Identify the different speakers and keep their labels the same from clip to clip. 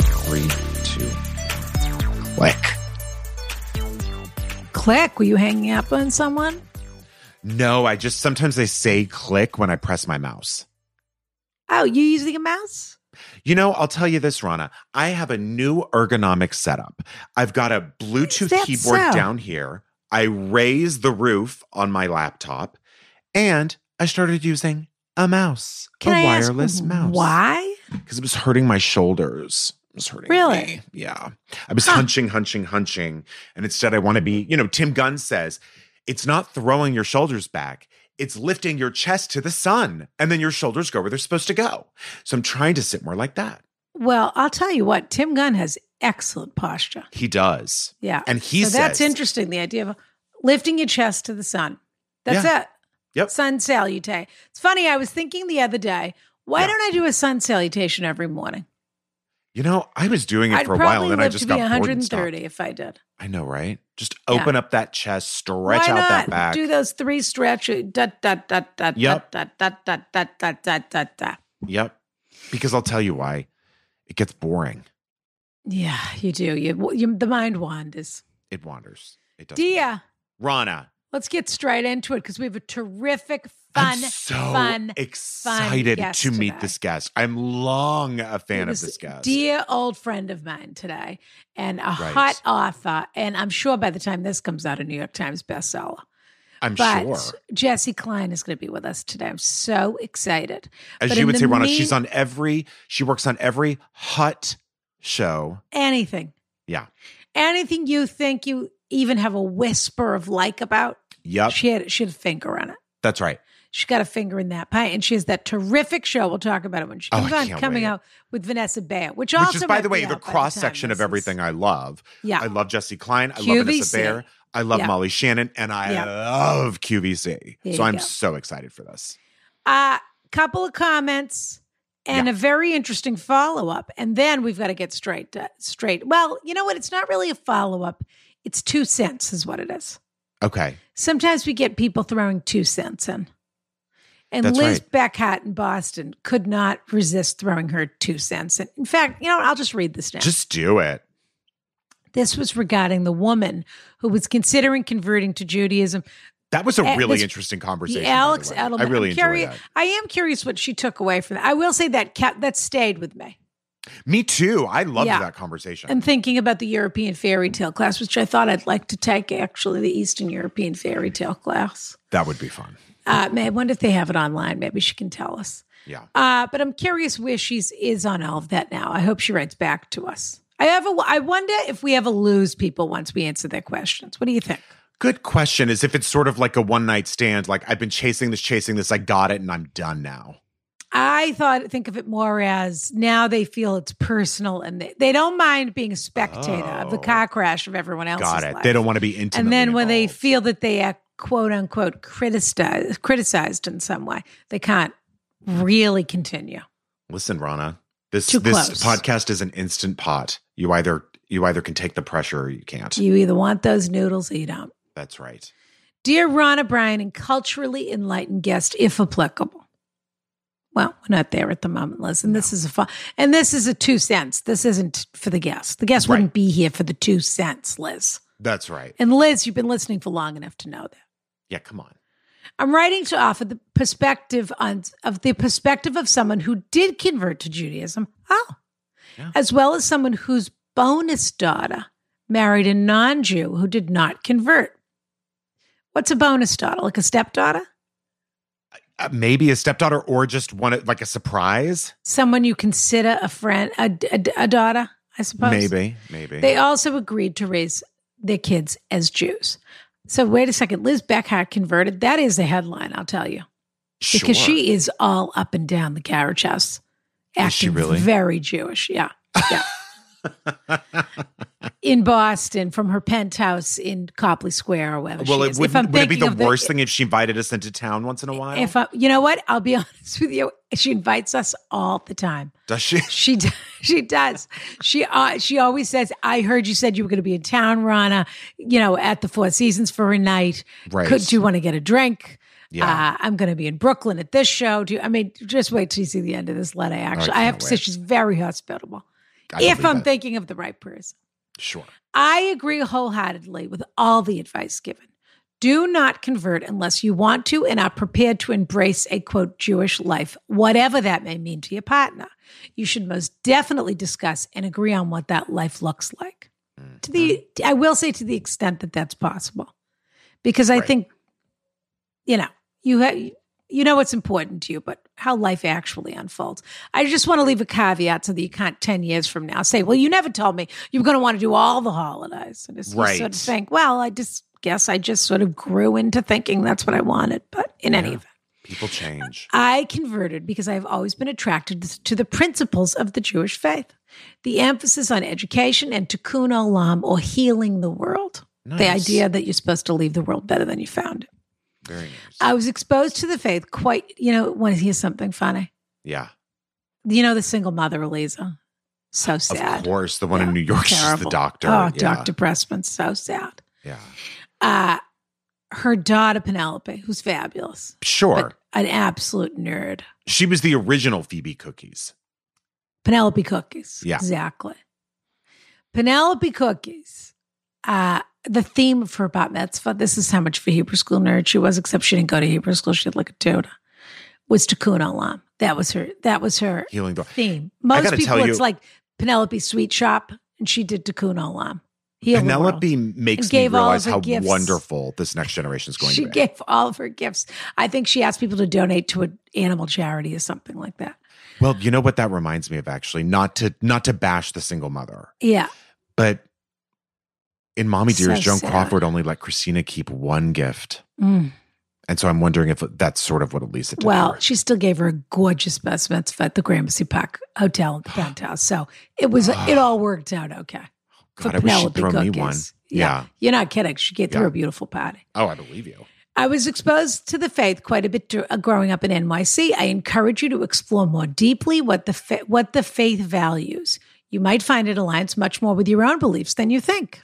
Speaker 1: Three, two, click.
Speaker 2: Click, were you hanging up on someone?
Speaker 1: No, I just sometimes they say click when I press my mouse.
Speaker 2: Oh, you using a mouse?
Speaker 1: You know, I'll tell you this, Rana. I have a new ergonomic setup. I've got a Bluetooth
Speaker 2: that
Speaker 1: keyboard
Speaker 2: so?
Speaker 1: down here. I raise the roof on my laptop, and I started using a mouse,
Speaker 2: Can
Speaker 1: a
Speaker 2: I ask
Speaker 1: wireless mouse.
Speaker 2: Why?
Speaker 1: Because it was hurting my shoulders. It was hurting.
Speaker 2: Really?
Speaker 1: me. Yeah. I was
Speaker 2: Huh.
Speaker 1: hunching, hunching, hunching. And instead, I want to be, you know, Tim Gunn says it's not throwing your shoulders back, it's lifting your chest to the sun. And then your shoulders go where they're supposed to go. So I'm trying to sit more like that.
Speaker 2: Well, I'll tell you what, Tim Gunn has excellent posture.
Speaker 1: He does.
Speaker 2: Yeah.
Speaker 1: And he
Speaker 2: so
Speaker 1: says,
Speaker 2: that's interesting. The idea of lifting your chest to the sun. That's it.
Speaker 1: Yep.
Speaker 2: Sun salutation. It's funny. I was thinking the other day, why
Speaker 1: Yeah.
Speaker 2: don't I do a sun salutation every morning?
Speaker 1: You know, I was doing it
Speaker 2: I'd
Speaker 1: for a
Speaker 2: probably
Speaker 1: while, and then
Speaker 2: live
Speaker 1: I just
Speaker 2: to be
Speaker 1: got bored and stopped.
Speaker 2: 130 if I did.
Speaker 1: I know, right? Just
Speaker 2: Yeah.
Speaker 1: open up that chest, stretch
Speaker 2: why
Speaker 1: out
Speaker 2: not
Speaker 1: that back.
Speaker 2: do those three stretches? Dot dot dot dot
Speaker 1: Yep.
Speaker 2: dot dot dot dot dot dot dot dot.
Speaker 1: Yep. Because I'll tell you why. It gets boring.
Speaker 2: Yeah, you do. You, you the mind wanders.
Speaker 1: It wanders. It does.
Speaker 2: Dia,
Speaker 1: Rana.
Speaker 2: let's get straight into it because we have a terrific, fun,
Speaker 1: I'm so
Speaker 2: fun.
Speaker 1: excited
Speaker 2: guest
Speaker 1: to meet
Speaker 2: today.
Speaker 1: this guest. I'm long a fan of
Speaker 2: was
Speaker 1: this guest.
Speaker 2: Dear old friend of mine today, and a
Speaker 1: Right.
Speaker 2: hot author, and I'm sure by the time this comes out, a New York Times bestseller.
Speaker 1: I'm
Speaker 2: But
Speaker 1: sure.
Speaker 2: Jesse Klein is going to be with us today. I'm so excited.
Speaker 1: As
Speaker 2: but
Speaker 1: you
Speaker 2: in
Speaker 1: would
Speaker 2: the
Speaker 1: say, Rana,
Speaker 2: mean-
Speaker 1: she's on every, she works on every hut show.
Speaker 2: Anything,
Speaker 1: Yeah.
Speaker 2: anything you think you even have a whisper of like about,
Speaker 1: Yep.
Speaker 2: she had she had a finger on it.
Speaker 1: That's right.
Speaker 2: She's got a finger in that pie, and she has that terrific show. We'll talk about it when she
Speaker 1: Oh,
Speaker 2: comes
Speaker 1: I
Speaker 2: on,
Speaker 1: can't
Speaker 2: coming
Speaker 1: wait.
Speaker 2: out with Vanessa Bayer, which,
Speaker 1: Which
Speaker 2: also,
Speaker 1: is, by
Speaker 2: might
Speaker 1: the
Speaker 2: be
Speaker 1: way,
Speaker 2: out
Speaker 1: the
Speaker 2: by time
Speaker 1: cross section
Speaker 2: this
Speaker 1: of everything
Speaker 2: Is.
Speaker 1: I love.
Speaker 2: Yeah,
Speaker 1: I love Jesse Klein. I love Vanessa
Speaker 2: QVC.
Speaker 1: Bayer. I love
Speaker 2: Yeah.
Speaker 1: Molly Shannon, and I
Speaker 2: Yeah.
Speaker 1: love QVC.
Speaker 2: There
Speaker 1: so
Speaker 2: you
Speaker 1: I'm
Speaker 2: go.
Speaker 1: so excited for this.
Speaker 2: uh, couple of comments and
Speaker 1: Yeah.
Speaker 2: a very interesting follow up, and then we've got to get straight to, straight. Well, you know what? It's not really a follow up. It's two cents, is what it is.
Speaker 1: Okay.
Speaker 2: Sometimes we get people throwing two cents in. And
Speaker 1: That's
Speaker 2: Liz
Speaker 1: right.
Speaker 2: Beckhat in Boston could not resist throwing her two cents in. In fact, you know what? I'll just read this now.
Speaker 1: Just do it.
Speaker 2: This was regarding the woman who was considering converting to Judaism.
Speaker 1: That was a
Speaker 2: Eh,
Speaker 1: really
Speaker 2: this-
Speaker 1: interesting conversation.
Speaker 2: The
Speaker 1: by the
Speaker 2: Alex
Speaker 1: way.
Speaker 2: Edelman.
Speaker 1: I really
Speaker 2: I'm
Speaker 1: enjoyed
Speaker 2: curious,
Speaker 1: that.
Speaker 2: I am curious what she took away from that. I will say that kept, that stayed with me.
Speaker 1: Me too. I loved
Speaker 2: Yeah.
Speaker 1: that conversation.
Speaker 2: I'm thinking about the European fairy tale class, which I thought I'd like to take. Actually, the Eastern European fairy tale class.
Speaker 1: that would be fun.
Speaker 2: Uh, may- I wonder if they have it online. Maybe she can tell us.
Speaker 1: Yeah.
Speaker 2: Uh, but I'm curious where she's is on all of that now. I hope she writes back to us. I ever I wonder if we ever lose people once we answer their questions. What do you think?
Speaker 1: Good question is if it's sort of like a one night stand, like I've been chasing this, chasing this, I got it, and I'm done now.
Speaker 2: I thought think of it more as now they feel it's personal and they, they don't mind being a spectator of the
Speaker 1: Oh.
Speaker 2: car crash of everyone else's
Speaker 1: got it.
Speaker 2: life.
Speaker 1: They don't want to be intimate.
Speaker 2: and then when they feel that they are quote unquote criticized criticized in some way, they can't really continue.
Speaker 1: listen, Rana, this
Speaker 2: Too
Speaker 1: this
Speaker 2: close.
Speaker 1: podcast is an instant pot. You either you either can take the pressure or you can't.
Speaker 2: You either want those noodles or you don't.
Speaker 1: That's right.
Speaker 2: Dear Ron O'Brien and culturally enlightened guest, if applicable. Well, we're not there at the moment, Liz. And this is a fun, and this is a two cents. This isn't for the guest. The guest
Speaker 1: Right.
Speaker 2: wouldn't be here for the two cents, Liz.
Speaker 1: That's right.
Speaker 2: And Liz, you've been listening for long enough to know that.
Speaker 1: Yeah, come on.
Speaker 2: I'm writing to offer the perspective on of the perspective of someone who did convert to Judaism. Oh.
Speaker 1: Yeah.
Speaker 2: As well as someone whose bonus daughter married a non-Jew who did not convert. What's a bonus daughter? Like a stepdaughter?
Speaker 1: uh, maybe a stepdaughter or just one like a surprise.
Speaker 2: Someone you consider a friend, a, a, a daughter, I suppose.
Speaker 1: Maybe, maybe.
Speaker 2: They also agreed to raise their kids as Jews. So wait a second, Liz Beckhart converted. That is the headline, I'll tell you, because
Speaker 1: Sure.
Speaker 2: she is all up and down the carriage house, acting
Speaker 1: Is she really?
Speaker 2: very Jewish. Yeah, yeah. in Boston, from her penthouse in Copley Square or wherever.
Speaker 1: well,
Speaker 2: she
Speaker 1: it
Speaker 2: is.
Speaker 1: would.
Speaker 2: If I'm
Speaker 1: Would it be
Speaker 2: thinking
Speaker 1: the
Speaker 2: of
Speaker 1: worst thing if she invited us into town once in a while?
Speaker 2: If I, you know what, I'll be honest with you. She invites us all the time.
Speaker 1: Does she?
Speaker 2: She d- she does. She uh, she always says, "I heard you said you were going to be in town, Rana. You know, at the Four Seasons for a night.
Speaker 1: Right.
Speaker 2: Could do you want to get a drink?
Speaker 1: Yeah.
Speaker 2: Uh, I'm going to be in Brooklyn at this show. Do you, I mean just wait till you see the end of this letter? Actually, I,
Speaker 1: Oh, can't
Speaker 2: have to say
Speaker 1: wait.
Speaker 2: she's very hospitable.
Speaker 1: I
Speaker 2: if
Speaker 1: believe
Speaker 2: I'm
Speaker 1: it.
Speaker 2: thinking of the right person,
Speaker 1: sure.
Speaker 2: I agree wholeheartedly with all the advice given. Do not convert unless you want to and are prepared to embrace a quote Jewish life, whatever that may mean to your partner. You should most definitely discuss and agree on what that life looks like.
Speaker 1: Mm.
Speaker 2: To the I will say to the extent that that's possible. Because I
Speaker 1: Right.
Speaker 2: think you know, you ha- you know what's important to you, but how life actually unfolds. I just want to leave a caveat so that you can't 10 years from now say, well, you never told me you were going to want to do all the holidays. And it's just
Speaker 1: Right.
Speaker 2: sort of think, well, I just guess I just sort of grew into thinking that's what I wanted. But in any
Speaker 1: Yeah.
Speaker 2: event,
Speaker 1: People change.
Speaker 2: I converted because I've always been attracted to the principles of the Jewish faith, the emphasis on education and tikkun olam or healing the world. The
Speaker 1: Nice.
Speaker 2: idea that you're supposed to leave the world better than you found it.
Speaker 1: Very nice.
Speaker 2: I was exposed to the faith quite, you know, want to hear something funny?
Speaker 1: yeah.
Speaker 2: You know, the single mother, Eliza. So
Speaker 1: Of
Speaker 2: sad.
Speaker 1: course, the one in New York. She's the
Speaker 2: Terrible.
Speaker 1: doctor.
Speaker 2: Oh,
Speaker 1: yeah.
Speaker 2: Dr. Pressman, so sad.
Speaker 1: Yeah.
Speaker 2: Uh, her daughter, Penelope, who's fabulous,
Speaker 1: Sure.
Speaker 2: but an absolute nerd.
Speaker 1: she was the original Phoebe Cookies.
Speaker 2: Penelope cookies.
Speaker 1: Yeah.
Speaker 2: Exactly. Penelope cookies. Uh, the theme of her bat mitzvah, this is how much of a Hebrew school nerd she was, except she didn't go to Hebrew school. She had like a tutor, was tikkun olam. That was her, that was her
Speaker 1: Healing the
Speaker 2: theme.
Speaker 1: I
Speaker 2: Most
Speaker 1: gotta
Speaker 2: people,
Speaker 1: tell
Speaker 2: it's
Speaker 1: you-
Speaker 2: like Penelope Sweet Shop, and she did tikkun olam. Heal the world.
Speaker 1: Penelope makes
Speaker 2: And
Speaker 1: me
Speaker 2: gave all
Speaker 1: realize
Speaker 2: of her
Speaker 1: how
Speaker 2: gifts.
Speaker 1: wonderful this next generation is going
Speaker 2: She
Speaker 1: to be.
Speaker 2: gave all of her gifts. I think she asked people to donate to an animal charity or something like that.
Speaker 1: well, you know what that reminds me of actually, not to not to bash the single mother,
Speaker 2: Yeah.
Speaker 1: but in Mommy
Speaker 2: So
Speaker 1: Dearest, Joan
Speaker 2: sad.
Speaker 1: Crawford only let Christina keep one gift.
Speaker 2: Mm.
Speaker 1: And so I'm wondering if that's sort of what Elisa did.
Speaker 2: Well,
Speaker 1: for her.
Speaker 2: she still gave her a gorgeous best mitzvah at the Gramercy Park Hotel in downtown. So it was it all worked out okay. For
Speaker 1: God, I wish she'd
Speaker 2: Penelope
Speaker 1: throw me one.
Speaker 2: cookies.
Speaker 1: Yeah.
Speaker 2: You're not kidding. She gave
Speaker 1: Yeah.
Speaker 2: through a beautiful party.
Speaker 1: Oh, I believe you.
Speaker 2: I was exposed to the faith quite a bit dur- uh, growing up in NYC. I encourage you to explore more deeply what the fa- what the faith values. You might find it aligns much more with your own beliefs than you think.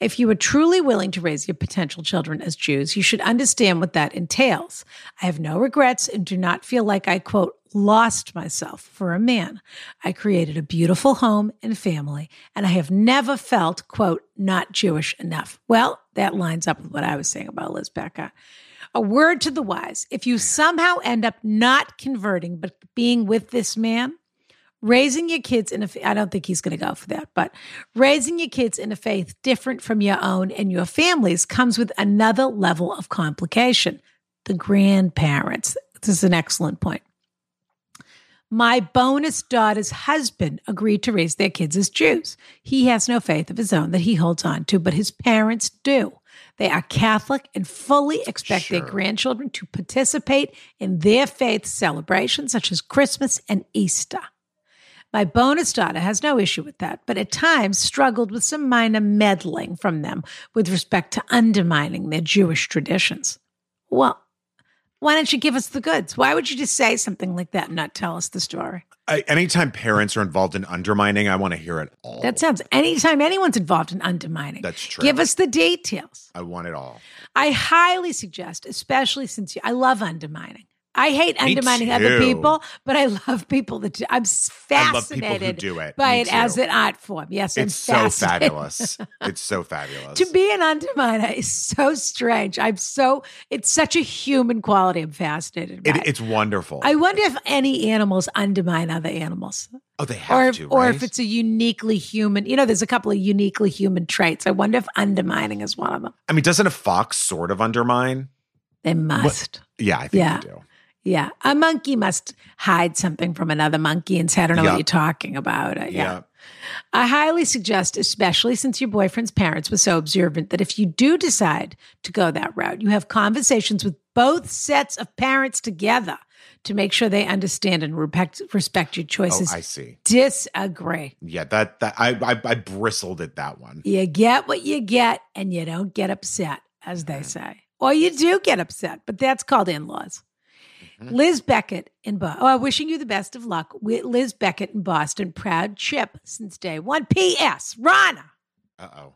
Speaker 2: If you are truly willing to raise your potential children as Jews, you should understand what that entails. I have no regrets and do not feel like I quote lost myself for a man. I created a beautiful home and family, and I have never felt quote not Jewish enough. Well, that lines up with what I was saying about Liz Becker. A word to the wise. If you somehow end up not converting, but being with this man, raising your kids in a, fa- I don't think he's going to go for that, but raising your kids in a faith different from your own and your family's comes with another level of complication. The grandparents. This is an excellent point. My bonus daughter's husband agreed to raise their kids as Jews. He has no faith of his own that he holds on to, but his parents do. They are Catholic and fully expect
Speaker 1: Sure.
Speaker 2: their grandchildren to participate in their faith celebrations, such as Christmas and Easter. My bonus daughter has no issue with that, but at times struggled with some minor meddling from them with respect to undermining their Jewish traditions. Well, why don't you give us the goods? Why would you just say something like that and not tell us the story?
Speaker 1: I, anytime parents are involved in undermining, I want to hear it all.
Speaker 2: That sounds anytime anyone's involved in undermining.
Speaker 1: Oh. That's true.
Speaker 2: Give us the details.
Speaker 1: I want it all.
Speaker 2: I highly suggest, especially since you, I love undermining. I hate
Speaker 1: Me
Speaker 2: undermining other
Speaker 1: too.
Speaker 2: people, but I love people that do. I'm s-
Speaker 1: I love people
Speaker 2: fascinated
Speaker 1: who do it.
Speaker 2: by
Speaker 1: Me
Speaker 2: it as
Speaker 1: too.
Speaker 2: an art form. Yes, I'm
Speaker 1: It's so
Speaker 2: fascinated.
Speaker 1: fabulous. It's so fabulous.
Speaker 2: To be an underminer is so strange. I'm so it's such a human quality. I'm fascinated by.
Speaker 1: It,
Speaker 2: it.
Speaker 1: it's wonderful.
Speaker 2: I wonder if any animals undermine other animals,
Speaker 1: oh, they have
Speaker 2: or if,
Speaker 1: to,
Speaker 2: or
Speaker 1: right?
Speaker 2: if it's a uniquely human. You know, there's a couple of uniquely human traits. I wonder if undermining is one of them.
Speaker 1: I mean, doesn't a fox sort of undermine?
Speaker 2: They must.
Speaker 1: Yeah, I think
Speaker 2: Yeah.
Speaker 1: they do.
Speaker 2: Yeah. A monkey must hide something from another monkey and say, I don't know
Speaker 1: Yeah.
Speaker 2: what you're talking about. Uh,
Speaker 1: Yeah.
Speaker 2: I highly suggest, especially since your boyfriend's parents were so observant, that if you do decide to go that route, you have conversations with both sets of parents together to make sure they understand and respect, respect your
Speaker 1: Oh,
Speaker 2: choices.
Speaker 1: I see.
Speaker 2: Disagree.
Speaker 1: Yeah, that that I, I I bristled at that one.
Speaker 2: You get what you get, and you don't get upset, as
Speaker 1: Mm-hmm.
Speaker 2: they say. Or you do get upset, but that's called in laws.
Speaker 1: Mm-hmm.
Speaker 2: Liz Beckett in Boston. Oh, wishing you the best of luck. Wi- Liz Beckett in Boston, proud chip since day one. P.S. Rana,
Speaker 1: Uh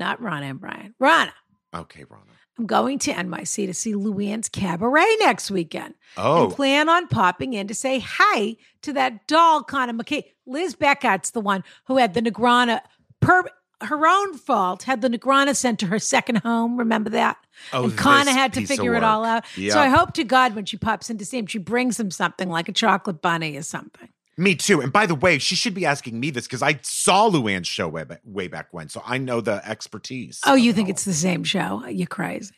Speaker 2: not Rana and Brian. Rana,
Speaker 1: oh. Okay, Rana.
Speaker 2: I'm going to NYC to see Luann's Cabaret next weekend.
Speaker 1: Oh,
Speaker 2: And plan on popping in to say hi to that doll, Connor McKay. Liz Beckett's the one who had the Negrana, per her own fault, had the Negrana sent to her second home. Remember that?
Speaker 1: Oh,
Speaker 2: and Connor
Speaker 1: this
Speaker 2: had to
Speaker 1: piece of
Speaker 2: figure it all
Speaker 1: work.
Speaker 2: out.
Speaker 1: Yeah.
Speaker 2: So I hope to God when she pops in to see him, she brings him something like a chocolate bunny or something.
Speaker 1: me too. And by the way, she should be asking me this because I saw Luann's show way, ba- way back when, so I know the expertise.
Speaker 2: Oh,
Speaker 1: of
Speaker 2: you
Speaker 1: it
Speaker 2: think
Speaker 1: all.
Speaker 2: it's the same show? You're crazy.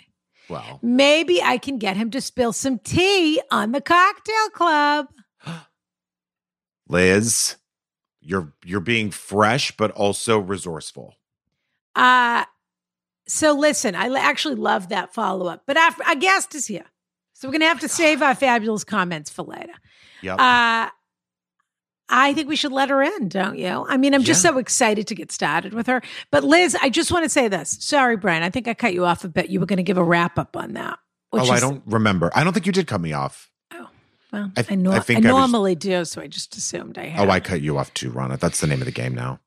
Speaker 1: well?
Speaker 2: Maybe I can get him to spill some tea on the cocktail club.
Speaker 1: Liz, you're you're being fresh but also resourceful.
Speaker 2: Uh, so listen, I l- actually love that follow up, but our, our guest is here. So we're going to
Speaker 1: Oh
Speaker 2: have to save our fabulous comments for later.
Speaker 1: Yep.
Speaker 2: Uh, I think we should let her in, don't you? I mean, I'm just
Speaker 1: Yeah.
Speaker 2: so excited to get started with her. But Liz, I just want to say this. Sorry, Brian. I think I cut you off a bit. You were going to give a wrap up on that.
Speaker 1: oh,
Speaker 2: which
Speaker 1: I
Speaker 2: is-
Speaker 1: don't remember. I don't think you did cut me off.
Speaker 2: Well, I,
Speaker 1: I th-
Speaker 2: nor-
Speaker 1: I
Speaker 2: I,
Speaker 1: think I was-
Speaker 2: normally do, so I just assumed I had.
Speaker 1: Oh, I cut you off too, Rana. That's the name of the game now.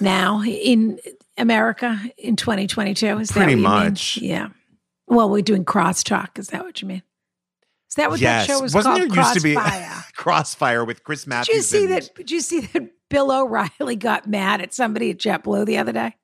Speaker 2: now in America in 2022? Is that
Speaker 1: Pretty
Speaker 2: what you mean?
Speaker 1: much.
Speaker 2: Yeah. Well, we're doing crosstalk. Is that what you mean? Is that what that show was
Speaker 1: Wasn't
Speaker 2: called?
Speaker 1: there used to be
Speaker 2: Crossfire.
Speaker 1: Crossfire with Chris
Speaker 2: did
Speaker 1: Matthews?
Speaker 2: you see
Speaker 1: and-
Speaker 2: that? Did you see that Bill O'Reilly got mad at somebody at JetBlue the other day?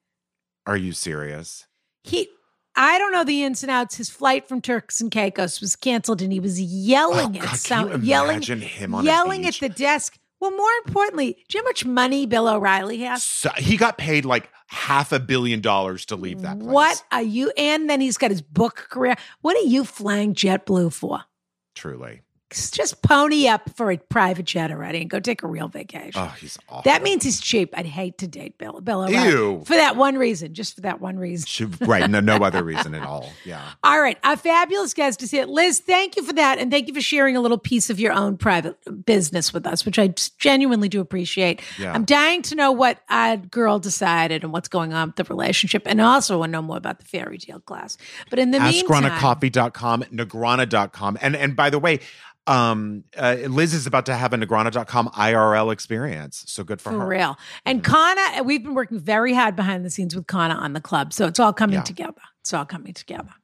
Speaker 1: Are you serious?
Speaker 2: He, I don't know the ins and outs. His flight from Turks and Caicos was canceled, and he was
Speaker 1: Oh,
Speaker 2: yelling
Speaker 1: God,
Speaker 2: at
Speaker 1: can you
Speaker 2: some,
Speaker 1: imagine
Speaker 2: yelling,
Speaker 1: him on a
Speaker 2: yelling at
Speaker 1: beach?
Speaker 2: the desk. Well, more importantly, do you know how much money Bill O'Reilly has?
Speaker 1: So, he got paid like half a billion dollars to leave that place.
Speaker 2: What are you? And then he's got his book career. What are you flying JetBlue for?
Speaker 1: Truly.
Speaker 2: Just pony up for a private jet already and go take a real vacation.
Speaker 1: Oh, he's awful.
Speaker 2: that means he's cheap. I'd hate to date Bill. Bill O'Reilly.
Speaker 1: Ew.
Speaker 2: For that one reason, just for that one reason.
Speaker 1: She- right. No, no other reason at all. Yeah.
Speaker 2: All right, our fabulous guest is here. Liz, thank you for that. And thank you for sharing a little piece of your own private business with us, which I just genuinely do appreciate.
Speaker 1: Yeah.
Speaker 2: I'm dying to know what odd girl decided and what's going on with the relationship. And also, want to know more about the fairy tale class. But in the meantime,
Speaker 1: AskGranaCoffee.com, Negrana.com. And and by the way, um, uh, Liz is about to have a Negrana.com IRL experience. So good for,
Speaker 2: For
Speaker 1: her. Mm-hmm.
Speaker 2: real. And Kana, we've been working very hard behind the scenes with Kana on the club. So it's all coming
Speaker 1: Yeah.
Speaker 2: together. It's all coming together.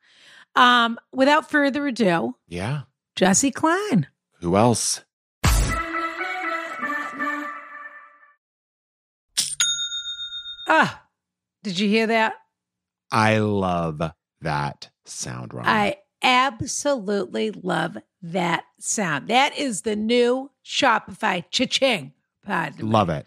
Speaker 2: Um, without further ado,
Speaker 1: Yeah.
Speaker 2: Jesse Klein.
Speaker 1: Who else?
Speaker 2: Ah, did you hear that?
Speaker 1: I love that sound, Ron.
Speaker 2: I absolutely love that sound. That is the new Shopify cha-ching. Pardon. me.
Speaker 1: love it.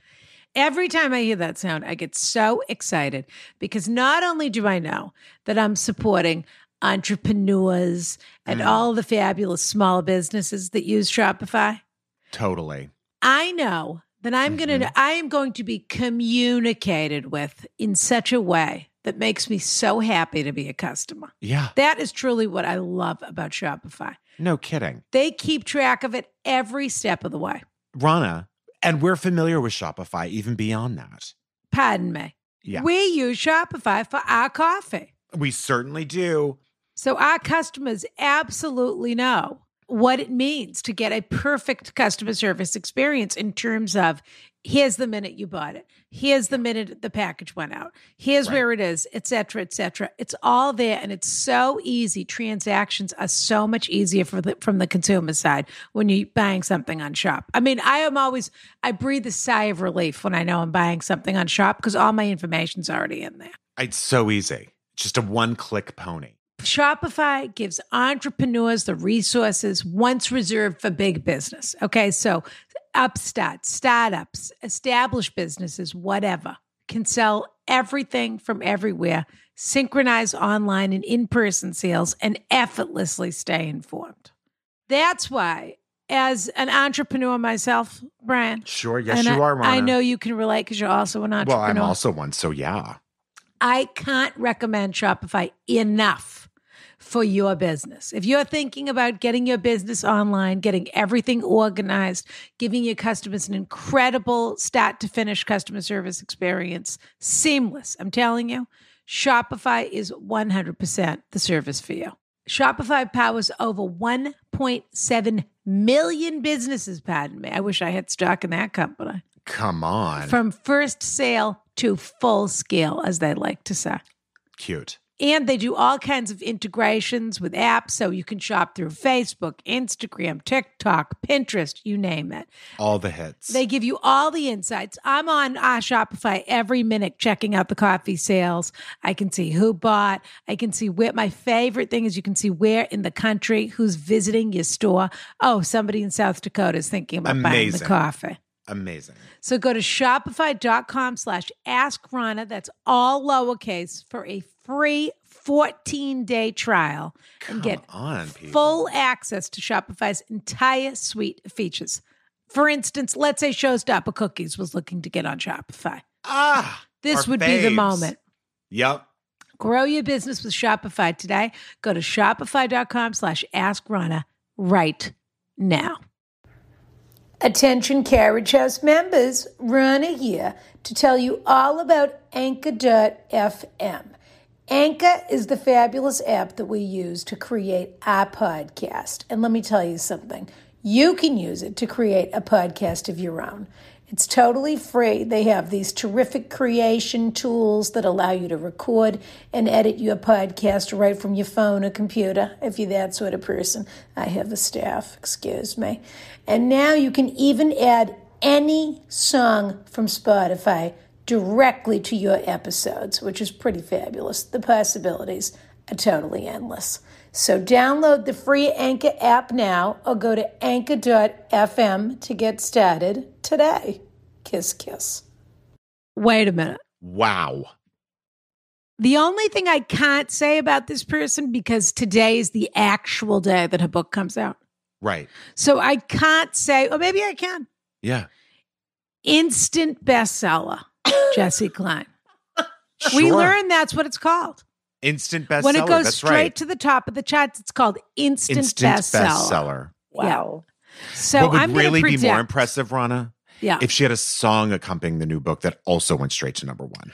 Speaker 2: Every time I hear that sound, I get so excited because not only do I know that I'm supporting entrepreneurs and
Speaker 1: Mm.
Speaker 2: all the fabulous small businesses that use Shopify,
Speaker 1: Totally.
Speaker 2: I know that I'm going
Speaker 1: Mhm.
Speaker 2: to I am going to be communicated with in such a way that makes me so happy to be a customer.
Speaker 1: Yeah.
Speaker 2: That is truly what I love about Shopify.
Speaker 1: No kidding.
Speaker 2: They keep track of it every step of the way.
Speaker 1: Rana, and we're familiar with Shopify even beyond that.
Speaker 2: Pardon me.
Speaker 1: Yeah.
Speaker 2: We use Shopify for our coffee.
Speaker 1: We certainly do.
Speaker 2: So our customers absolutely know what it means to get a perfect customer service experience in terms of here's the minute you bought it, here's the minute the package went out, here's
Speaker 1: Right.
Speaker 2: where it is, et cetera, et cetera. It's all there and it's so easy. Transactions are so much easier for the, from the consumer side when you're buying something on shop. I mean, I am always, I breathe a sigh of relief when I know I'm buying something on shop because all my information's already in there.
Speaker 1: It's so easy. Just a one click pony.
Speaker 2: Shopify gives entrepreneurs the resources once reserved for big business. Okay, so upstarts, startups, established businesses, whatever, can sell everything from everywhere, synchronize online and in person sales, and effortlessly stay informed. That's why, as an entrepreneur myself, Brian,
Speaker 1: Sure. Yes,
Speaker 2: and
Speaker 1: you
Speaker 2: I,
Speaker 1: are, Rana.
Speaker 2: I know you can relate because you're also an
Speaker 1: Well,
Speaker 2: entrepreneur.
Speaker 1: I'm also one, so yeah.
Speaker 2: I can't recommend Shopify enough for your business. If you're thinking about getting your business online, getting everything organized, giving your customers an incredible start to finish customer service experience, seamless, I'm telling you, Shopify is 100% the service for you. Shopify powers over 1.7 million businesses, pardon me. I wish I had stock in that company.
Speaker 1: Come on.
Speaker 2: From first sale to full scale, as they like to say.
Speaker 1: Cute.
Speaker 2: And they do all kinds of integrations with apps. So you can shop through Facebook, Instagram, TikTok, Pinterest, you name it.
Speaker 1: All the hits.
Speaker 2: They give you all the insights. I'm on uh, Shopify every minute checking out the coffee sales. I can see who bought. I can see where. My favorite thing is you can see where in the country who's visiting your store. Oh, somebody in South Dakota is thinking about buying the
Speaker 1: Amazing.
Speaker 2: coffee.
Speaker 1: Amazing.
Speaker 2: So go to Shopify.com slash ask Rana. That's all lowercase for a free 14 day trial and get
Speaker 1: Come on, people.
Speaker 2: full access to Shopify's entire suite of features. For instance, let's say Showstopper Cookies was looking to get on Shopify.
Speaker 1: ah.
Speaker 2: This
Speaker 1: our
Speaker 2: would be the
Speaker 1: faves.
Speaker 2: moment.
Speaker 1: Yep.
Speaker 2: Grow your business with Shopify today. Go to Shopify.com slash ask Rana right now. Attention Carriage House members, Rana here to tell you all about Anchor.fm. Anchor is the fabulous app that we use to create our podcast. And let me tell you something you can use it to create a podcast of your own. It's totally free. They have these terrific creation tools that allow you to record and edit your podcast right from your phone or computer, if you're that sort of person. I have a staff, excuse me. And now you can even add any song from Spotify directly to your episodes, which is pretty fabulous. The possibilities are totally endless. So download the free Anchor app now or go to anchor.fm to get started today. Kiss, kiss. Wait a minute.
Speaker 1: Wow.
Speaker 2: The only thing I can't say about this person because today is the actual day that her book comes out.
Speaker 1: Right.
Speaker 2: So I can't say, or maybe I can.
Speaker 1: Yeah.
Speaker 2: Instant bestseller, Jesse Klein. We
Speaker 1: Sure.
Speaker 2: learned that's what it's called.
Speaker 1: instant bestseller.
Speaker 2: when it goes
Speaker 1: That's
Speaker 2: straight
Speaker 1: right.
Speaker 2: to the top of the charts, it's called instant,
Speaker 1: instant
Speaker 2: bestseller.
Speaker 1: bestseller.
Speaker 2: Wow. So
Speaker 1: what would
Speaker 2: I'm gonna
Speaker 1: really
Speaker 2: predict, Oh.
Speaker 1: be more impressive, Rana,
Speaker 2: Yeah.
Speaker 1: if she had a song accompanying the new book that also went straight to number one.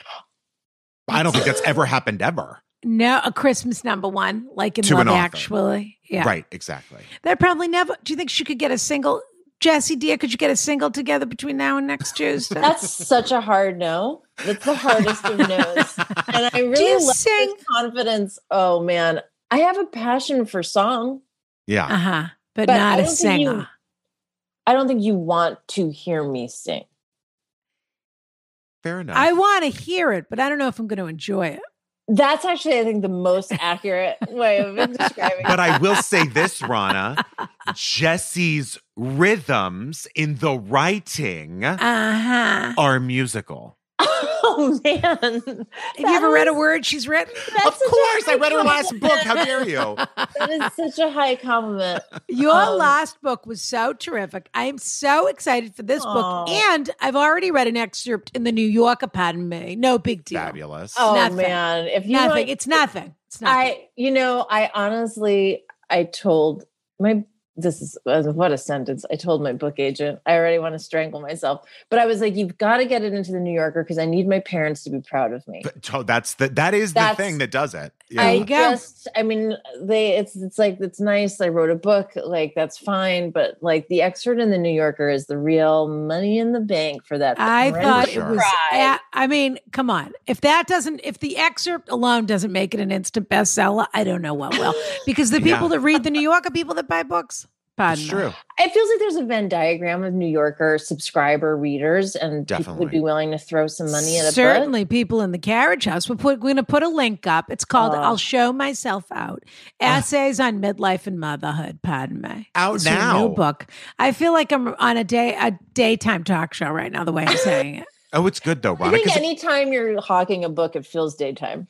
Speaker 1: I don't think that's ever happened ever.
Speaker 2: no, a Christmas number one, like in
Speaker 1: To
Speaker 2: Love
Speaker 1: an author.
Speaker 2: Actually. Yeah.
Speaker 1: Right. Exactly.
Speaker 2: That probably never. Do you think she could get a single? Jesse, dear, could you get a single together between now and next Tuesday?
Speaker 3: That's such a hard no. That's the hardest of no's. And I
Speaker 2: Do you
Speaker 3: really love
Speaker 2: sing?
Speaker 3: this confidence. Oh man, I have a passion for song.
Speaker 1: Yeah.
Speaker 2: Uh huh. But,
Speaker 3: But
Speaker 2: not
Speaker 3: I
Speaker 2: a
Speaker 3: don't think you-
Speaker 2: singer.
Speaker 3: I don't think you want to hear me sing.
Speaker 1: Fair enough.
Speaker 2: I want to hear it, but I don't know if I'm going to enjoy it.
Speaker 3: That's actually, I think, the most accurate way of describing
Speaker 1: but
Speaker 3: it.
Speaker 1: I will say this, Rana. Jesse's rhythms in the writing
Speaker 2: Uh huh.
Speaker 3: Uh-huh.
Speaker 1: are musical.
Speaker 3: Oh man.
Speaker 2: Have you ever read a word she's written?
Speaker 1: of course, I read her last book. How dare you?
Speaker 3: That is such a high compliment.
Speaker 2: Your
Speaker 3: Um,
Speaker 2: last book was so terrific. I am so excited for this book.
Speaker 3: Aw.
Speaker 2: And I've already read an excerpt in the New Yorker, pardon me. No big deal.
Speaker 1: Fabulous.
Speaker 3: Oh
Speaker 2: Nothing.
Speaker 3: man. If you
Speaker 2: Nothing.
Speaker 3: want-
Speaker 2: It's nothing. It's nothing.
Speaker 3: I, you know, I honestly, I told my this is uh, what a sentence. I told my book agent, I already want to strangle myself, but I was like, you've got to get it into the New Yorker because I need my parents to be proud of me.
Speaker 1: But to- that's the that is the
Speaker 3: That's-
Speaker 1: thing that does it.
Speaker 2: There
Speaker 3: I
Speaker 2: you go.
Speaker 3: just, I mean, they, it's, it's like, it's nice. I wrote a book, like that's fine, but like the excerpt in the New Yorker is the real money in the bank for that.
Speaker 2: I
Speaker 3: book.
Speaker 2: thought
Speaker 1: sure.
Speaker 2: it was.
Speaker 3: Pride.
Speaker 2: a- I mean, come on. If that doesn't, if the excerpt alone doesn't make it an instant bestseller, I don't know what will. Because the people
Speaker 1: Yeah.
Speaker 2: that read the New York are people that buy books. Pardon
Speaker 1: It's
Speaker 2: me.
Speaker 1: true.
Speaker 3: It feels like there's a Venn diagram of New Yorker subscriber readers, and people
Speaker 1: Definitely.
Speaker 3: would be willing to throw some money at a book.
Speaker 2: Certainly, people in the carriage house. We're, put, we're going to put a link up. It's called
Speaker 3: Oh.
Speaker 2: "I'll Show Myself Out: Essays on Midlife and Motherhood." Pardon me.
Speaker 3: Oh,
Speaker 1: Out
Speaker 2: It's her
Speaker 1: now.
Speaker 2: new book. I feel like I'm on a day a daytime talk show right now. The way I'm saying it.
Speaker 1: Oh, it's good though,
Speaker 3: I
Speaker 1: Rana.
Speaker 3: think
Speaker 1: 'cause
Speaker 3: anytime you're hawking a book, it feels daytime.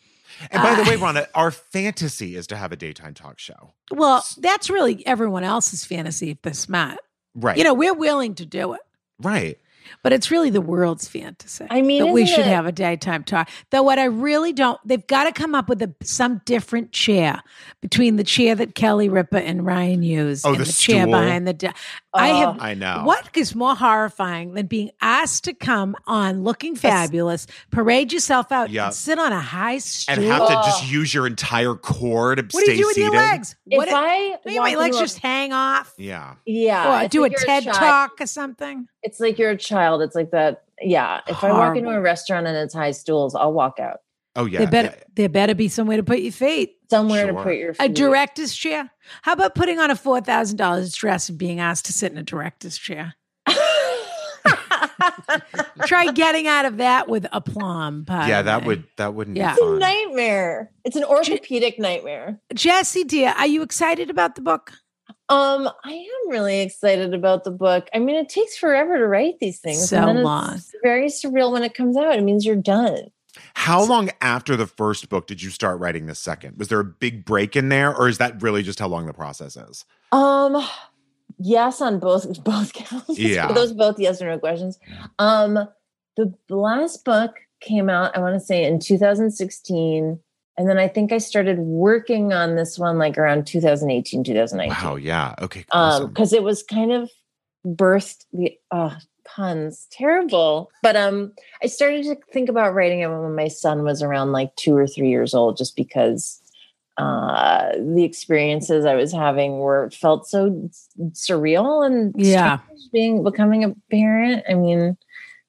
Speaker 1: And by the
Speaker 2: Uh,
Speaker 1: way, Rhonda, our fantasy is to have a daytime talk show.
Speaker 2: Well, that's really everyone else's fantasy if they're smart.
Speaker 1: Right.
Speaker 2: You know, we're willing to do it,
Speaker 1: right.
Speaker 2: but it's really the world's fantasy.
Speaker 3: I mean,
Speaker 2: that we
Speaker 3: isn't
Speaker 2: should
Speaker 3: it-
Speaker 2: have a daytime talk. Though what I really don't, they've got to come up with a, some different chair between the chair that Kelly Ripa and Ryan used
Speaker 1: Oh,
Speaker 2: and
Speaker 1: the
Speaker 2: the, chair
Speaker 1: stool.
Speaker 2: behind the. De- I
Speaker 3: Oh.
Speaker 2: have
Speaker 1: I know.
Speaker 2: What is more horrifying than being asked to come on looking fabulous, parade yourself out,
Speaker 1: Yeah.
Speaker 2: and sit on a high stool?
Speaker 1: And have to just
Speaker 3: Oh.
Speaker 1: use your entire core to
Speaker 2: what do
Speaker 1: stay
Speaker 2: you do with
Speaker 1: seated.
Speaker 2: your legs? What
Speaker 3: if
Speaker 2: do-
Speaker 3: I
Speaker 2: maybe my
Speaker 3: walk
Speaker 2: legs
Speaker 3: into a-
Speaker 2: just hang off,
Speaker 1: Yeah.
Speaker 3: yeah,
Speaker 2: or
Speaker 3: it's
Speaker 2: do a
Speaker 3: like you're
Speaker 2: TED
Speaker 3: child.
Speaker 2: talk or something.
Speaker 3: It's like you're a child. It's like that. Yeah, if I walk into a
Speaker 2: Horrible.
Speaker 3: restaurant and it's high stools, I'll walk out
Speaker 1: Oh yeah.
Speaker 2: there better
Speaker 1: yeah.
Speaker 2: there better be somewhere to put your feet.
Speaker 3: somewhere
Speaker 1: Sure.
Speaker 3: to put your
Speaker 2: A
Speaker 3: feet.
Speaker 2: director's chair. How about putting on a four thousand dollars dress and being asked to sit in a director's chair? Try getting out of that with aplomb. by
Speaker 1: Yeah,
Speaker 2: the
Speaker 1: that
Speaker 2: way.
Speaker 1: would that wouldn't
Speaker 2: Yeah.
Speaker 1: be
Speaker 3: it's a
Speaker 1: fun.
Speaker 3: nightmare. It's an orthopedic nightmare.
Speaker 2: Jesse dear, are you excited about the book?
Speaker 3: Um, I am really excited about the book. I mean, it takes forever to write these things.
Speaker 2: So
Speaker 3: then it's
Speaker 2: long.
Speaker 3: Very surreal when it comes out. It means you're done.
Speaker 1: How long after the first book did you start writing the second? Was there a big break in there, or is that really just how long the process is?
Speaker 3: Um, yes, on both both counts.
Speaker 1: Yeah.
Speaker 3: Were those both yes or no questions. Um, the last book came out. I want to say in 2016, and then I think I started working on this one like around 2018, 2019.
Speaker 1: Wow. Yeah. Okay.
Speaker 3: um
Speaker 1: Awesome.
Speaker 3: because it was kind of birthed the uh puns terrible but um i started to think about writing it when my son was around like two or three years old just because uh the experiences i was having were felt so s- surreal and
Speaker 2: Yeah.
Speaker 3: strange being becoming a parent i mean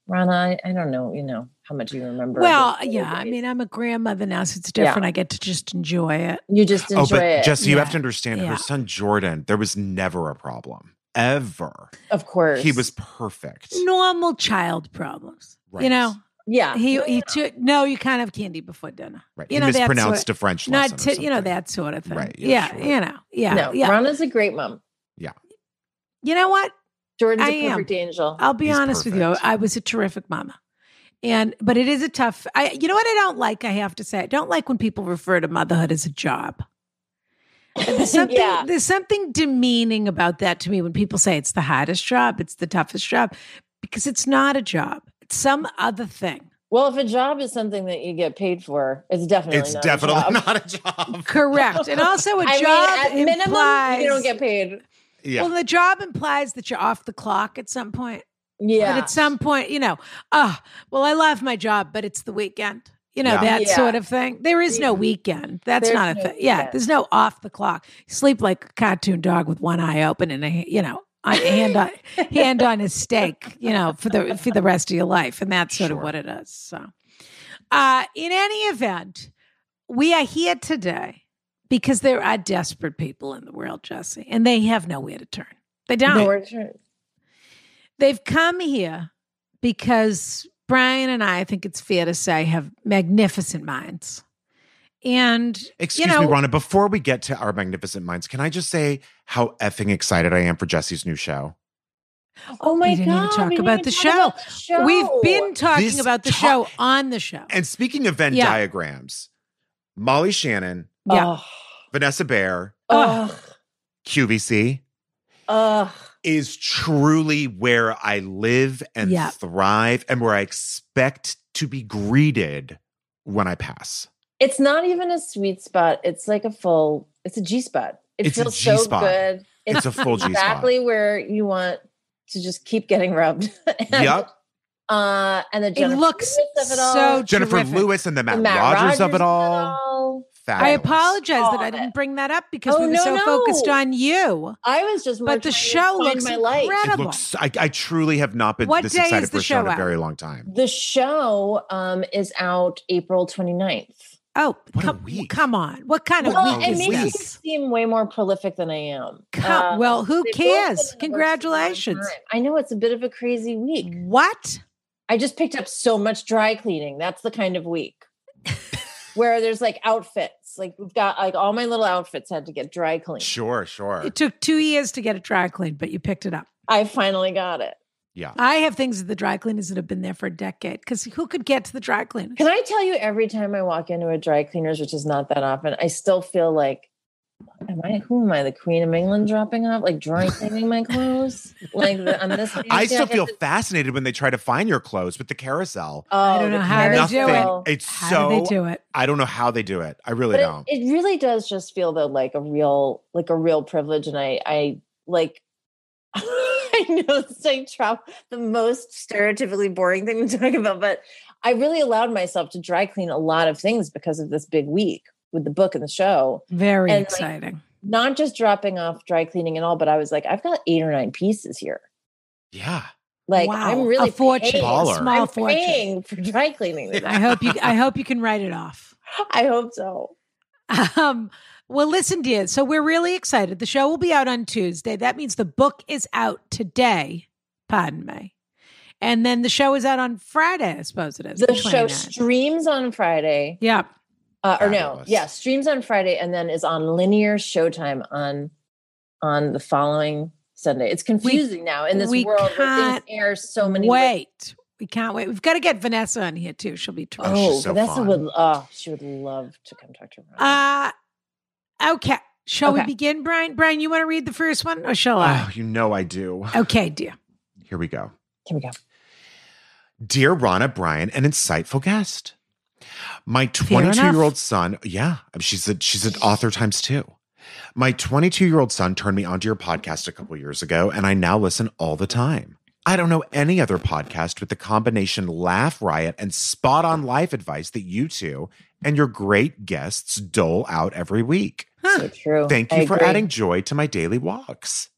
Speaker 3: rana i, I don't know you know how much you remember
Speaker 2: Well,
Speaker 3: but-
Speaker 2: yeah. I mean, I'm a grandmother now, so it's different. I get to just enjoy it.
Speaker 3: you just enjoy
Speaker 1: oh, but
Speaker 3: it
Speaker 1: Jesse, you
Speaker 2: Yeah.
Speaker 1: have to understand
Speaker 2: Yeah.
Speaker 1: her son Jordan. There was never a problem ever.
Speaker 3: of course
Speaker 1: He was perfect.
Speaker 2: Normal child problems. You
Speaker 1: Right.
Speaker 2: know,
Speaker 3: Uh, yeah
Speaker 2: he he took no, you can't have candy before dinner.
Speaker 1: Right.
Speaker 2: You
Speaker 1: he
Speaker 2: know, that's
Speaker 1: mispronounced a French
Speaker 2: Not
Speaker 1: lesson. or
Speaker 2: to, you know
Speaker 1: something.
Speaker 2: that sort of thing.
Speaker 1: Right, yeah,
Speaker 2: Yeah,
Speaker 1: sure.
Speaker 2: you know. Yeah.
Speaker 3: no
Speaker 2: yeah.
Speaker 3: rana's a great mom
Speaker 2: You know what?
Speaker 3: jordan's
Speaker 2: I
Speaker 3: a
Speaker 2: am.
Speaker 3: perfect angel
Speaker 2: I'll be
Speaker 1: He's
Speaker 2: honest with you.
Speaker 1: perfect.
Speaker 2: I was a terrific mama. And but it is a tough I you know what I don't like, I have to say. I don't like when people refer to motherhood as a job. There's something
Speaker 3: yeah
Speaker 2: there's something demeaning about that to me when people say it's the hardest job, it's the toughest job, because it's not a job. It's some other thing.
Speaker 3: Well, if a job is something that you get paid for, it's definitely
Speaker 1: It's
Speaker 3: not
Speaker 1: definitely
Speaker 3: a job.
Speaker 1: not a job.
Speaker 2: Correct. And also a
Speaker 3: I
Speaker 2: job
Speaker 3: mean, at
Speaker 2: implies
Speaker 3: minimum, you don't get paid.
Speaker 1: Yeah.
Speaker 2: Well, the job implies that you're off the clock at some point.
Speaker 3: Yeah,
Speaker 2: But at some point, you know, oh, well, I love my job, but it's the weekend. You know,
Speaker 1: Yeah.
Speaker 2: that
Speaker 3: Yeah.
Speaker 2: sort of thing. There is no
Speaker 3: Yeah.
Speaker 2: weekend. That's
Speaker 3: There's
Speaker 2: not a
Speaker 3: no
Speaker 2: thing. Yeah.
Speaker 3: weekend.
Speaker 2: There's no off the clock. Sleep like a cartoon dog with one eye open and a, you know, on, hand on hand on his stake, you know, for the for the rest of your life. And that's sort
Speaker 1: Sure.
Speaker 2: of what it is. So uh in any event, we are here today because there are desperate people in the world, Jesse, and they have nowhere to turn. They don't.
Speaker 3: No, we're sure-
Speaker 2: They've come here because Brian and I, I think it's fair to say, have magnificent minds. And
Speaker 1: Excuse
Speaker 2: you know,
Speaker 1: me, Rhonda. Before we get to our magnificent minds, can I just say how effing excited I am for Jesse's new show?
Speaker 3: Oh my
Speaker 2: didn't even
Speaker 3: god!
Speaker 2: talk
Speaker 3: we didn't
Speaker 2: about the
Speaker 3: talk
Speaker 2: show.
Speaker 3: about the show.
Speaker 2: We've been talking
Speaker 1: This
Speaker 2: about the
Speaker 1: talk-
Speaker 2: show on the show.
Speaker 1: And speaking of Venn
Speaker 2: Yeah.
Speaker 1: diagrams, Molly Shannon,
Speaker 2: yeah.
Speaker 3: Ugh,
Speaker 1: Vanessa Bayer,
Speaker 3: ugh,
Speaker 1: QVC
Speaker 3: ugh.
Speaker 1: is truly where I live and
Speaker 2: Yeah.
Speaker 1: thrive and where I expect to be greeted when I pass.
Speaker 3: It's not even a sweet spot. It's like a full. It's a G spot. It
Speaker 1: It's a
Speaker 3: feels
Speaker 1: G-spot.
Speaker 3: so good.
Speaker 1: It's a full G spot.
Speaker 3: exactly where you want to just keep getting rubbed. And,
Speaker 1: Yep.
Speaker 3: Uh, and the Jennifer
Speaker 2: looks
Speaker 3: Lewis of it all.
Speaker 2: so
Speaker 1: Jennifer
Speaker 2: Terrific.
Speaker 1: Lewis and the Matt,
Speaker 3: The Matt
Speaker 1: Rogers, of it all.
Speaker 3: all.
Speaker 2: I
Speaker 1: Fabulous.
Speaker 2: apologize that
Speaker 3: All
Speaker 2: I
Speaker 3: of
Speaker 2: didn't
Speaker 3: it.
Speaker 2: bring that up because
Speaker 3: Oh,
Speaker 2: we were
Speaker 3: no,
Speaker 2: so
Speaker 3: no.
Speaker 2: focused on you.
Speaker 3: I was just more
Speaker 2: But the
Speaker 3: trying to
Speaker 2: show
Speaker 3: find
Speaker 2: looks
Speaker 3: my light.
Speaker 2: incredible.
Speaker 1: It looks. I, I truly have not been
Speaker 2: What
Speaker 1: this
Speaker 2: day
Speaker 1: excited
Speaker 2: is the
Speaker 1: for a show in
Speaker 2: show
Speaker 1: a
Speaker 2: out?
Speaker 1: very long time.
Speaker 3: The show um, is out April 29th.
Speaker 2: Oh,
Speaker 1: What a
Speaker 2: come,
Speaker 1: week.
Speaker 2: come on. What kind of
Speaker 3: Well,
Speaker 2: week
Speaker 3: it
Speaker 2: is
Speaker 3: makes me
Speaker 2: this?
Speaker 3: seem way more prolific than I am.
Speaker 2: Come-
Speaker 3: Uh,
Speaker 2: well, who
Speaker 3: they've both been in the works
Speaker 2: cares?
Speaker 3: for a long
Speaker 2: Congratulations. Mm.
Speaker 3: time. I know it's a bit of a crazy week.
Speaker 2: What?
Speaker 3: I just picked up so much dry cleaning. That's the kind of week where there's like outfits. Like we've got like all my little outfits had to get dry cleaned.
Speaker 1: Sure, sure.
Speaker 2: It took two years to get it dry cleaned, but you picked it up.
Speaker 3: I finally got it.
Speaker 1: Yeah.
Speaker 2: I have things at the dry cleaners that have been there for a decade because who could get to the dry cleaners?
Speaker 3: Can I tell you every time I walk into a dry cleaners, which is not that often, I still feel like am I who am I, the Queen of England dropping off, like dry cleaning my clothes? Like the, on this
Speaker 1: I
Speaker 3: page,
Speaker 1: still
Speaker 3: get
Speaker 1: feel
Speaker 3: to-
Speaker 1: fascinated when they try to find your clothes with the carousel.
Speaker 3: Oh,
Speaker 2: I don't
Speaker 3: the
Speaker 2: know how they do it.
Speaker 3: carousel.
Speaker 1: It's
Speaker 2: How
Speaker 1: so
Speaker 2: do they do it?
Speaker 1: I don't know how they do it. I really
Speaker 3: But it,
Speaker 1: don't.
Speaker 3: it really does just feel though like a real like a real privilege and I I like I know it's like Trump, the most stereotypically boring thing to talk about, but I really allowed myself to dry clean a lot of things because of this big week with the book and the show.
Speaker 2: Very
Speaker 3: and, like,
Speaker 2: exciting.
Speaker 3: Not just dropping off dry cleaning and all, but I was like, I've got eight or nine pieces here.
Speaker 1: yeah.
Speaker 3: Like
Speaker 2: Wow,
Speaker 3: I'm really
Speaker 2: a fortune,
Speaker 3: paying-
Speaker 1: Baller.
Speaker 2: a small
Speaker 3: I'm
Speaker 2: fortune.
Speaker 3: paying for dry cleaning. today.
Speaker 2: I hope you. I hope you can write it off.
Speaker 3: I hope so.
Speaker 2: Um, well, listen, dear. So we're really excited. The show will be out on Tuesday. That means the book is out today. Pardon me. And then the show is out on Friday. I suppose it is.
Speaker 3: The show
Speaker 2: 29th.
Speaker 3: streams on Friday.
Speaker 2: yeah.
Speaker 3: Uh, or no,
Speaker 1: Fabulous.
Speaker 3: yeah, streams on Friday and then is on linear showtime on on the following Sunday. It's confusing now in this
Speaker 2: we
Speaker 3: world where
Speaker 2: can't
Speaker 3: things air so many ways.
Speaker 2: wait. We can't wait. We've got to get Vanessa on here too. She'll be terrific.
Speaker 1: she's
Speaker 3: Oh,
Speaker 1: so
Speaker 3: Vanessa
Speaker 1: fun.
Speaker 3: would oh, she would love to come talk to her.
Speaker 2: Uh okay. Shall we
Speaker 3: Okay.
Speaker 2: begin, Brian? Brian, you want to read the first one or shall
Speaker 1: Oh,
Speaker 2: I?
Speaker 1: you know I do.
Speaker 2: Okay, dear.
Speaker 1: Here we go.
Speaker 3: Here we go.
Speaker 1: Dear Ronna Bryan, an insightful guest. My
Speaker 2: Fair
Speaker 1: 22 year
Speaker 2: enough.
Speaker 1: old son, yeah, she's a, she's an author times two. My 22 year old son turned me onto your podcast a couple years ago, and I now listen all the time. I don't know any other podcast with the combination laugh riot and spot on life advice that you two and your great guests dole out every week.
Speaker 3: So true.
Speaker 1: Thank
Speaker 3: I
Speaker 1: you for
Speaker 3: agree.
Speaker 1: adding joy to my daily walks.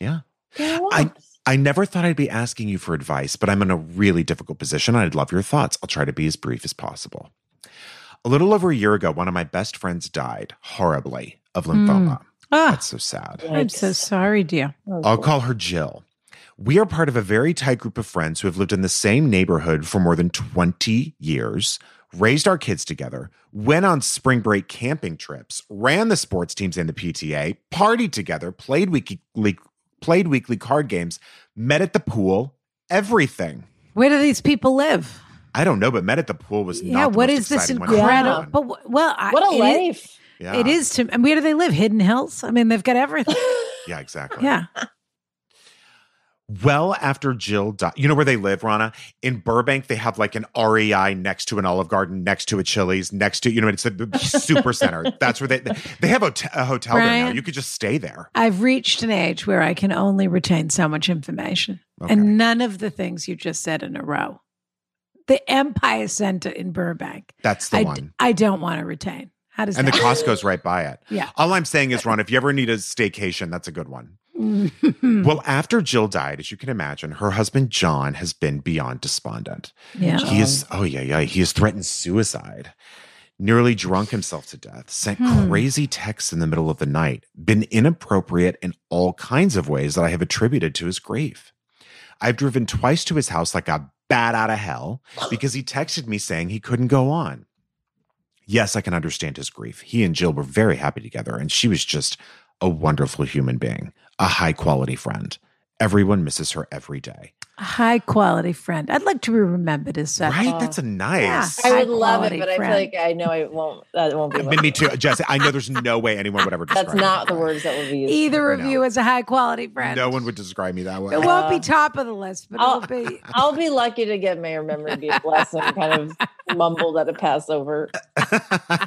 Speaker 1: yeah.
Speaker 3: Yeah, well,
Speaker 1: I- I never thought I'd be asking you for advice, but I'm in a really difficult position. and I'd love your thoughts. I'll try to be as brief as possible. A little over a year ago, one of my best friends died horribly of
Speaker 3: Hmm.
Speaker 1: lymphoma.
Speaker 2: Ah,
Speaker 1: That's so sad.
Speaker 2: I'm so
Speaker 3: yikes.
Speaker 2: sorry, dear.
Speaker 1: I'll call her Jill. We are part of a very tight group of friends who have lived in the same neighborhood for more than 20 years, raised our kids together, went on spring break camping trips, ran the sports teams and the PTA, partied together, played weekly, played weekly card games, met at the pool, everything.
Speaker 2: Where do these people live?
Speaker 1: I don't know, but met at the pool was
Speaker 2: Yeah,
Speaker 1: not. the
Speaker 2: what
Speaker 1: most
Speaker 2: is this
Speaker 1: exciting one I've ever
Speaker 2: incredible?
Speaker 1: done.
Speaker 2: But wh- well, I-
Speaker 3: What a
Speaker 2: it is-
Speaker 3: life.
Speaker 1: Yeah,
Speaker 2: It is to. And where do they live? Hidden Hills. I mean, they've got everything.
Speaker 1: Yeah, exactly.
Speaker 2: Yeah.
Speaker 1: Well, after Jill died, you know where they live, Rana? In Burbank, they have like an REI next to an Olive Garden, next to a Chili's, next to, you know, it's a super center. That's where they, they have a, t- a hotel there now.
Speaker 2: Brian.
Speaker 1: You could just stay there.
Speaker 2: I've reached an age where I can only retain so much information,
Speaker 1: Okay.
Speaker 2: and none of the things you just said in a row. The Empire Center in Burbank.
Speaker 1: That's the
Speaker 2: I, d-
Speaker 1: one.
Speaker 2: I don't want to retain. How does
Speaker 1: And the
Speaker 2: that?
Speaker 1: Costco's right by it.
Speaker 2: Yeah.
Speaker 1: All I'm saying is, Ron, if you ever need a staycation, that's a good one.
Speaker 2: Mhm.
Speaker 1: Well, after Jill died, as you can imagine, her husband, John, has been beyond despondent.
Speaker 2: yeah.
Speaker 1: He is, oh, yeah, yeah. He has threatened suicide, nearly drunk himself to death, sent
Speaker 2: Hmm.
Speaker 1: crazy texts in the middle of the night, been inappropriate in all kinds of ways that I have attributed to his grief. I've driven twice to his house like a bat out of hell because he texted me saying he couldn't go on. Yes, I can understand his grief. He and Jill were very happy together, and she was just a wonderful human being, a high quality friend. Everyone misses her every day.
Speaker 2: A high quality friend. I'd like to be remembered as such.
Speaker 1: right? That's a nice.
Speaker 3: I would love
Speaker 2: High-quality
Speaker 3: it, but I feel
Speaker 2: friend.
Speaker 3: like I know I won't that won't be
Speaker 1: I mean, me too, Jesse. I know there's no way anyone would ever describe
Speaker 3: That's
Speaker 1: me
Speaker 3: not
Speaker 1: that
Speaker 3: the
Speaker 1: way.
Speaker 3: words that will be used.
Speaker 2: Either of
Speaker 1: No.
Speaker 2: you is a high quality friend.
Speaker 1: No one would describe me that Oh. way.
Speaker 2: It won't be top of the list, but
Speaker 3: I'll-
Speaker 2: it'll be.
Speaker 3: I'll be lucky to get Mayor Memory be a blessing, kind of mumbled at a Passover.
Speaker 1: Uh,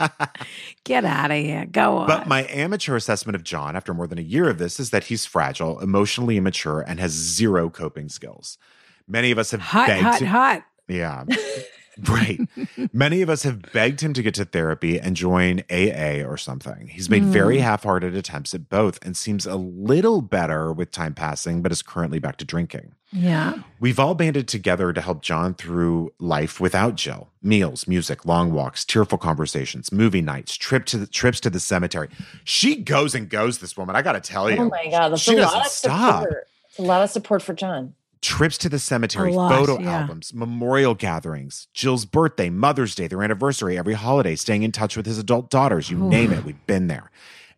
Speaker 2: Get out of here. Go on.
Speaker 1: but my amateur assessment of John after more than a year of this is that he's fragile, emotionally immature, and has zero coping skills. Many of us have
Speaker 2: hot,
Speaker 1: begged
Speaker 2: hot,
Speaker 1: him-
Speaker 2: hot.
Speaker 1: Yeah. right. Many of us have begged him to get to therapy and join AA or something. He's made very
Speaker 2: Hmm.
Speaker 1: half hearted attempts at both and seems a little better with time passing, but is currently back to drinking.
Speaker 2: Yeah.
Speaker 1: We've all banded together to help John through life without Jill. Meals, music, long walks, tearful conversations, movie nights, trip to the, trips to the cemetery. She goes and goes. This woman, I got to tell you.
Speaker 3: Oh my God, that's
Speaker 1: she
Speaker 3: a
Speaker 1: doesn't
Speaker 3: lot of
Speaker 1: stop.
Speaker 3: support. It's a lot of support for John.
Speaker 1: Trips to the cemetery,
Speaker 2: A lot,
Speaker 1: photo
Speaker 2: yeah.
Speaker 1: albums, memorial gatherings, Jill's birthday, Mother's Day, their anniversary, every holiday, staying in touch with his adult daughters. You name it, we've been there.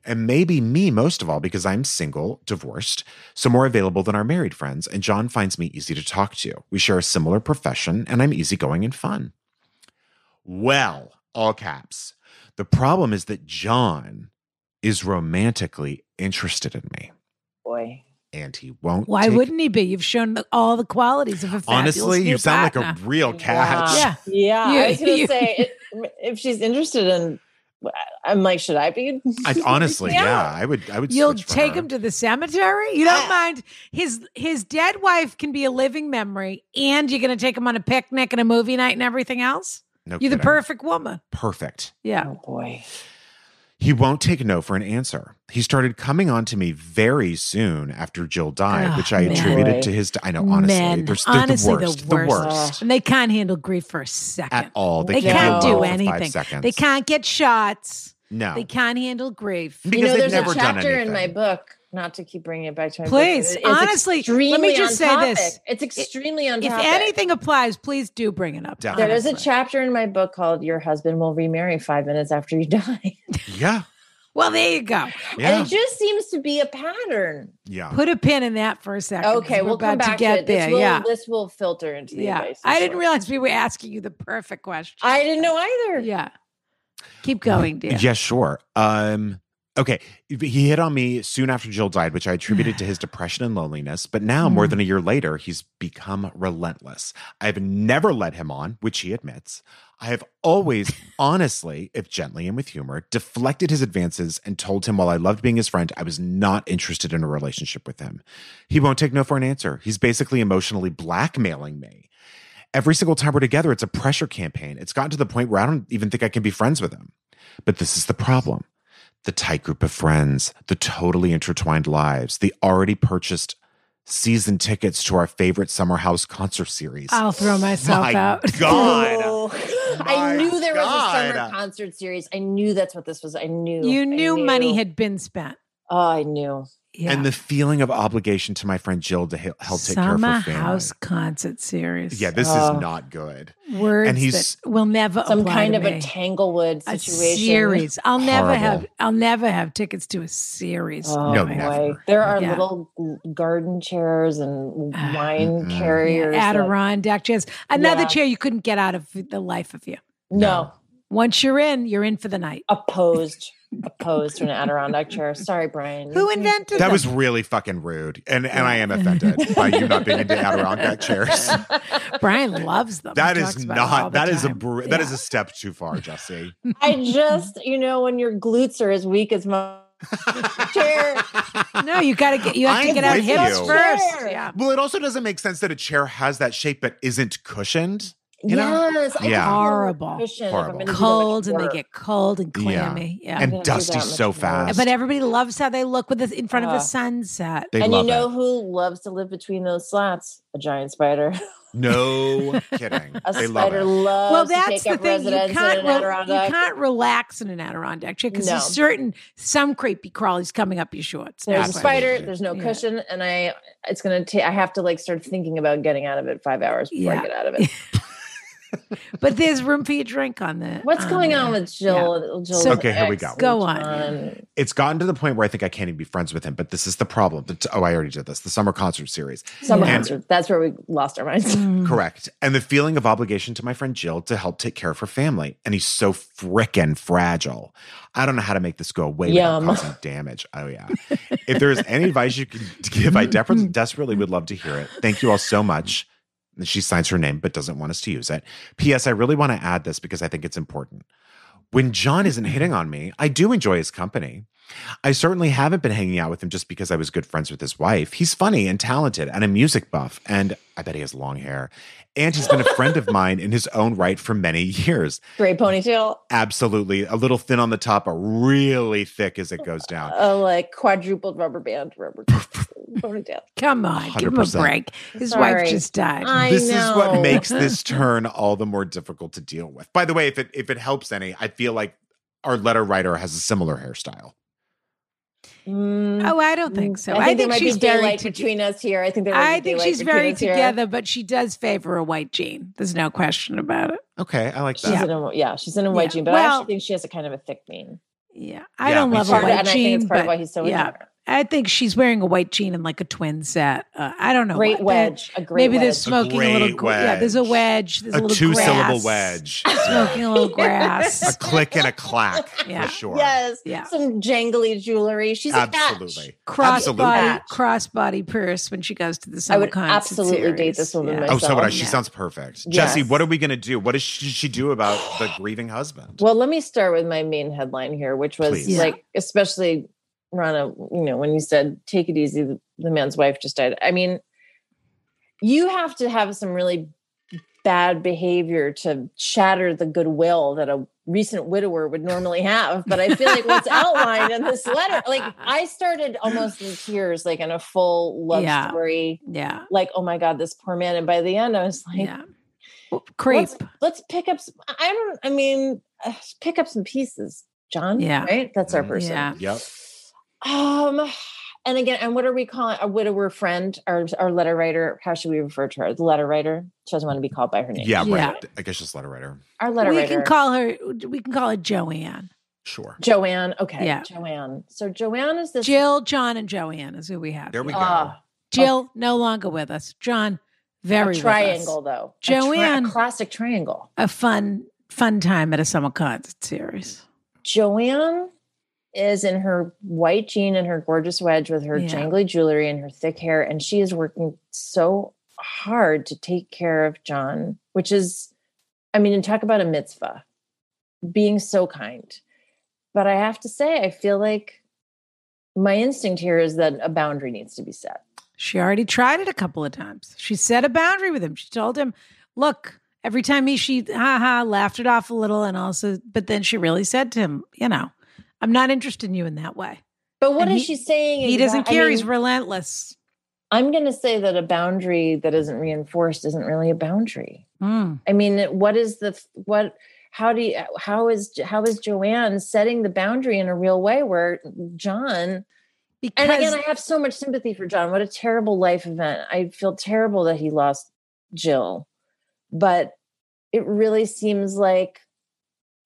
Speaker 1: and maybe me most of all because I'm single, divorced, so more available than our married friends, and John finds me easy to talk to. We share a similar profession, and I'm easygoing and fun. Well, all caps. The problem is that John is romantically interested in me,
Speaker 3: boy.
Speaker 1: and he won't.
Speaker 2: Why
Speaker 1: take-
Speaker 2: wouldn't he be? You've shown the, all the qualities of a fabulous
Speaker 1: Honestly, you
Speaker 2: new
Speaker 1: sound like
Speaker 2: partner.
Speaker 1: a real catch.
Speaker 3: Wow.
Speaker 2: yeah.
Speaker 3: Yeah,
Speaker 2: You-
Speaker 3: I was gonna
Speaker 2: you-
Speaker 3: say it, if she's interested in, I'm like, should I be?
Speaker 1: I, honestly, yeah. I would. I would.
Speaker 2: You'll
Speaker 1: switch for
Speaker 2: take
Speaker 1: her.
Speaker 2: him to the cemetery. You don't
Speaker 3: I-
Speaker 2: mind his his dead wife can be a living memory, and you're going to take him on a picnic and a movie night and everything else.
Speaker 1: No
Speaker 2: You're the
Speaker 1: kidding.
Speaker 2: perfect woman.
Speaker 1: perfect.
Speaker 2: Yeah.
Speaker 3: Oh boy.
Speaker 1: He won't take no for an answer. He started coming on to me very soon after Jill died,
Speaker 2: Ah,
Speaker 1: which I
Speaker 2: man.
Speaker 1: attributed
Speaker 3: Boy.
Speaker 1: to his. I know, honestly,
Speaker 2: Men.
Speaker 1: they're, they're
Speaker 2: Honestly,
Speaker 1: the
Speaker 2: the
Speaker 1: worst. The worst,
Speaker 2: worst.
Speaker 3: Ugh.
Speaker 2: and they can't handle grief for a second.
Speaker 1: at all. They,
Speaker 2: They
Speaker 1: can't,
Speaker 3: can't
Speaker 1: be
Speaker 3: do
Speaker 1: alone for five
Speaker 2: anything.
Speaker 1: seconds.
Speaker 2: They can't get shots.
Speaker 1: No,
Speaker 2: They can't handle grief.
Speaker 1: because
Speaker 3: you know,
Speaker 1: they've
Speaker 3: there's
Speaker 1: never
Speaker 3: a
Speaker 1: done
Speaker 3: chapter in my
Speaker 1: anything.
Speaker 3: book. Not to keep bringing it back to my book, but
Speaker 2: Please,
Speaker 3: it is
Speaker 2: honestly, let me
Speaker 3: extremely
Speaker 2: just
Speaker 3: on
Speaker 2: say this.
Speaker 3: topic. It's extremely on
Speaker 2: If
Speaker 3: topic.
Speaker 2: anything applies, please do bring it up.
Speaker 1: Definitely.
Speaker 3: There is a
Speaker 2: honestly.
Speaker 3: chapter in my book called "Your Husband Will Remarry Five Minutes After You Die,"
Speaker 1: Yeah,
Speaker 2: Well, there you go.
Speaker 1: yeah,
Speaker 3: and it just seems to be a pattern.
Speaker 1: yeah.
Speaker 2: Put a pin in that for a second. 'cause
Speaker 3: Okay,
Speaker 2: we're
Speaker 3: we'll
Speaker 2: about
Speaker 3: come back
Speaker 2: to get
Speaker 3: it.
Speaker 2: there.
Speaker 3: This will,
Speaker 2: yeah,
Speaker 3: this will filter into the
Speaker 2: yeah.
Speaker 3: advice.
Speaker 2: I
Speaker 3: I'm
Speaker 2: didn't
Speaker 3: sure.
Speaker 2: realize we were asking you the perfect question.
Speaker 3: I didn't know either.
Speaker 2: yeah. Keep going, dear.
Speaker 1: Yeah, sure. Um, okay. He hit on me soon after Jill died, which I attributed to his depression and loneliness. But now, more
Speaker 2: Mm.
Speaker 1: than a year later, he's become relentless. I've never let him on, which he admits. I have always, honestly, if gently and with humor, deflected his advances and told him while I loved being his friend, I was not interested in a relationship with him. He won't take no for an answer. He's basically emotionally blackmailing me. Every single time we're together, it's a pressure campaign. It's gotten to the point where I don't even think I can be friends with him. But this is the problem the tight group of friends, the totally intertwined lives, the already purchased season tickets to our favorite summer house concert series.
Speaker 2: I'll throw myself
Speaker 1: My
Speaker 2: out.
Speaker 1: God.
Speaker 3: Oh,
Speaker 1: My
Speaker 3: I knew there was a
Speaker 1: God.
Speaker 3: summer concert series. I knew that's what this was. I knew. I
Speaker 2: You knew money had been spent.
Speaker 3: Oh, I knew.
Speaker 2: Yeah.
Speaker 1: And the feeling of obligation to my friend Jill to he- help take
Speaker 2: Summer
Speaker 1: care of her family.
Speaker 2: House concert series.
Speaker 1: Yeah, this
Speaker 3: Oh.
Speaker 1: is not good.
Speaker 2: words
Speaker 1: And
Speaker 2: and
Speaker 1: he's-
Speaker 2: he's, that will never
Speaker 3: Some
Speaker 2: apply
Speaker 3: kind
Speaker 2: to
Speaker 3: of
Speaker 2: me.
Speaker 3: a Tanglewood situation.
Speaker 2: A series. I'll never have.
Speaker 1: Horrible.
Speaker 2: I'll never have tickets to a series.
Speaker 3: Oh
Speaker 1: No,
Speaker 3: boy.
Speaker 1: never.
Speaker 3: There are
Speaker 2: Yeah.
Speaker 3: little g- garden chairs and
Speaker 2: Ah.
Speaker 3: wine
Speaker 1: Mm-mm.
Speaker 2: Yeah,
Speaker 3: carriers. that-
Speaker 2: Adirondack chairs. Another
Speaker 3: Yeah.
Speaker 2: chair you couldn't get out of the life of you.
Speaker 3: no,
Speaker 2: Once you're in, you're in for the night.
Speaker 3: opposed, opposed to an Adirondack chair. Sorry, Brian.
Speaker 2: Who invented
Speaker 1: That
Speaker 2: them?
Speaker 1: was really fucking rude. And and I am offended by you not being into Adirondack chairs.
Speaker 2: Brian loves them.
Speaker 1: That
Speaker 2: He
Speaker 1: is
Speaker 2: talks about it all
Speaker 1: not
Speaker 2: the
Speaker 1: that is a
Speaker 2: time.
Speaker 1: br- that is a step too far, Jesse.
Speaker 3: I just, you know, when your glutes are as weak as mine. Chair.
Speaker 2: no. You got to get. You have
Speaker 1: I'm
Speaker 2: to get out
Speaker 1: with
Speaker 2: hips
Speaker 1: you.
Speaker 2: first.
Speaker 3: Sure.
Speaker 2: Yeah.
Speaker 1: Well, it also doesn't make sense that a chair has that shape but isn't cushioned. You know?
Speaker 3: Yes, I
Speaker 1: Yeah.
Speaker 3: just want a
Speaker 2: Horrible.
Speaker 3: cushion if I'm
Speaker 1: Horrible.
Speaker 3: gonna do that much
Speaker 2: Cold and they
Speaker 3: work.
Speaker 2: get cold and
Speaker 1: Yeah.
Speaker 2: clammy. Yeah.
Speaker 3: I'm
Speaker 1: and
Speaker 3: gonna do
Speaker 1: dusty
Speaker 3: that much
Speaker 1: so
Speaker 3: more.
Speaker 1: fast.
Speaker 2: but everybody loves how they look with the, in front of
Speaker 3: Uh,
Speaker 2: a sunset.
Speaker 1: They
Speaker 3: and
Speaker 1: love
Speaker 3: you know
Speaker 1: it.
Speaker 3: who loves to live between those slats? A giant spider.
Speaker 1: No kidding.
Speaker 3: A
Speaker 1: they love
Speaker 3: spider
Speaker 1: it.
Speaker 3: loves
Speaker 2: well,
Speaker 3: to
Speaker 2: that's
Speaker 3: take
Speaker 2: the
Speaker 3: up
Speaker 2: thing. You
Speaker 3: residence in
Speaker 2: can't,
Speaker 3: an
Speaker 2: re-
Speaker 3: Adirondack.
Speaker 2: you can't relax in an Adirondack chair because
Speaker 3: No.
Speaker 2: there's certain some creepy crawlies coming up your shorts.
Speaker 3: There's
Speaker 1: Absolutely.
Speaker 3: a spider. There's no
Speaker 2: Yeah.
Speaker 3: cushion, and I it's gonna take. I have to like start thinking about getting out of it five hours before
Speaker 2: Yeah.
Speaker 3: I get out of it.
Speaker 2: but there's room for your drink on there.
Speaker 3: What's going on
Speaker 2: there.
Speaker 3: with Jill? Jill's
Speaker 1: Okay, here we
Speaker 3: ex
Speaker 1: go.
Speaker 3: and
Speaker 2: Go on.
Speaker 3: John?
Speaker 1: It's gotten to the point where I think I can't even be friends with him, but this is the problem. The t- oh, I already did this. The summer concert series.
Speaker 3: Summer
Speaker 1: And-
Speaker 3: concert. That's where we lost our minds.
Speaker 2: Mm.
Speaker 1: Correct. And the feeling of obligation to my friend Jill to help take care of her family. And he's so frickin' fragile. I don't know how to make this go away
Speaker 3: Yum.
Speaker 1: without causing damage. Oh, yeah. if there is any advice you can give, I def- desperately would love to hear it. Thank you all so much. And She signs her name, but doesn't want us to use it. P.S. I really want to add this because I think it's important. When John isn't hitting on me, I do enjoy his company. I certainly haven't been hanging out with him just because I was good friends with his wife. He's funny and talented and a music buff, and I bet he has long hair. And he's been a friend of mine in his own right for many years.
Speaker 3: Gray ponytail.
Speaker 1: Absolutely. A little thin on the top, but really thick as it goes down.
Speaker 3: A like quadrupled rubber band rubber ponytail.
Speaker 2: Come on, give him a
Speaker 1: 100%.
Speaker 2: break. His wife
Speaker 3: Sorry.
Speaker 2: just died.
Speaker 3: I
Speaker 1: this is what
Speaker 3: know.
Speaker 1: makes this turn all the more difficult to deal with. By the way, if it if it helps any, I feel like our letter writer has a similar hairstyle.
Speaker 3: Mm,
Speaker 2: oh, I don't think so.
Speaker 3: I think, there might
Speaker 2: she's
Speaker 3: be
Speaker 2: very
Speaker 3: daylight
Speaker 2: to-
Speaker 3: between us here. I think there. Might
Speaker 2: I
Speaker 3: be
Speaker 2: think
Speaker 3: daylight
Speaker 2: she's
Speaker 3: between
Speaker 2: very
Speaker 3: us here.
Speaker 2: together, but she does favor a white jean. There's no question about it.
Speaker 1: Okay, I like
Speaker 3: She's
Speaker 1: that.
Speaker 3: in a yeah. She's in a white
Speaker 2: Yeah.
Speaker 3: jean, but I
Speaker 2: Well-
Speaker 3: actually think she has a kind of a thick mane.
Speaker 2: Yeah. I
Speaker 1: Yeah,
Speaker 2: don't
Speaker 1: me
Speaker 2: love
Speaker 1: too.
Speaker 2: a
Speaker 3: Part of-
Speaker 2: white
Speaker 3: and I think
Speaker 2: jean.
Speaker 3: it's part of
Speaker 2: but
Speaker 3: why he's so
Speaker 2: yeah.
Speaker 3: ignorant.
Speaker 2: I think she's wearing a white jean and like a twin set. Uh, I don't know.
Speaker 3: Great
Speaker 2: what-
Speaker 3: wedge. A great
Speaker 2: Maybe
Speaker 3: wedge.
Speaker 2: they're smoking a, little.
Speaker 1: great
Speaker 2: gr- Yeah, there's a wedge. There's a,
Speaker 1: a
Speaker 2: little
Speaker 1: two syllable
Speaker 2: grass,
Speaker 1: wedge,
Speaker 2: Smoking a little
Speaker 1: a
Speaker 2: grass.
Speaker 1: click and a clack
Speaker 2: Yeah.
Speaker 1: for sure.
Speaker 3: Yes.
Speaker 2: Yeah.
Speaker 3: Some jangly jewelry. She's a catch.
Speaker 1: absolutely.
Speaker 2: Crossbody,
Speaker 3: Absolutely.
Speaker 2: crossbody purse when she goes to the summer
Speaker 3: I would
Speaker 2: concert
Speaker 3: absolutely date
Speaker 2: series.
Speaker 3: this woman
Speaker 2: Yeah.
Speaker 1: Oh,
Speaker 3: myself.
Speaker 1: so would I. She
Speaker 2: Yeah.
Speaker 1: sounds perfect.
Speaker 3: Yes.
Speaker 1: Jesse, what are we going to do? What is she, she do about the grieving husband?
Speaker 3: Well, let me start with my main headline here, which was
Speaker 1: Please.
Speaker 2: Yeah.
Speaker 3: like, especially Rana, you know, when you said, take it easy, the, the man's wife just died. I mean, you have to have some really bad behavior to shatter the goodwill that a recent widower would normally have. But I feel like what's outlined in this letter, like, I started almost in tears, like in a full love
Speaker 2: Yeah.
Speaker 3: story.
Speaker 2: Yeah.
Speaker 3: Like, oh my God, this poor man. And by the end, I was like,
Speaker 2: Yeah. Well, creep.
Speaker 3: Let's, let's pick up. Some, I don't. I mean, uh, pick up some pieces, John.
Speaker 2: Yeah. Mm,
Speaker 3: right. That's our
Speaker 1: Mhm.
Speaker 3: person.
Speaker 2: Yeah.
Speaker 1: Yep.
Speaker 3: Um, and again, and what are we calling a widower friend? Our our letter writer. How should we refer to her? The letter writer. She doesn't want to be called by her name.
Speaker 1: Yeah,
Speaker 2: Yeah.
Speaker 1: right. I guess just letter writer.
Speaker 3: our letter
Speaker 2: we
Speaker 3: writer.
Speaker 2: can call her. We can call her Joanne.
Speaker 1: Sure.
Speaker 3: Joanne. Okay.
Speaker 2: Yeah.
Speaker 3: Joanne. So Joanne is this.
Speaker 2: Jill, John, and Joanne is who we have.
Speaker 1: There we
Speaker 2: here.
Speaker 1: go.
Speaker 3: Ah,
Speaker 2: Jill no longer with us. John, very
Speaker 3: a
Speaker 2: with us.
Speaker 3: triangle though. A tri-
Speaker 2: Joanne.
Speaker 3: a classic triangle.
Speaker 2: A fun, fun time at a summer concert series.
Speaker 3: Joanne is in her white jean and her gorgeous wedge with her
Speaker 2: Yeah.
Speaker 3: jangly jewelry and her thick hair, and she is working so hard to take care of John, which is, I mean, and talk about a mitzvah, being so kind. But I have to say, I feel like my instinct here is that a boundary needs to be set.
Speaker 2: She already tried it a couple of times. She set a boundary with him. She told him, "Look." Every time he, she, ha ha, laughed it off a little, and also, but then she really said to him, "You know, I'm not interested in you in that way."
Speaker 3: But what is
Speaker 2: And he-
Speaker 3: she saying?
Speaker 2: He doesn't
Speaker 3: exact- I
Speaker 2: care. he's
Speaker 3: mean,
Speaker 2: relentless.
Speaker 3: I'm going to say that a boundary that isn't reinforced isn't really a boundary.
Speaker 2: Mm.
Speaker 3: I mean, what is the what? How do you? How is how is Joanne setting the boundary in a real way where John?
Speaker 2: Because
Speaker 3: And again, I have so much sympathy for John. What a terrible life event! I feel terrible that he lost Jill, but it really seems like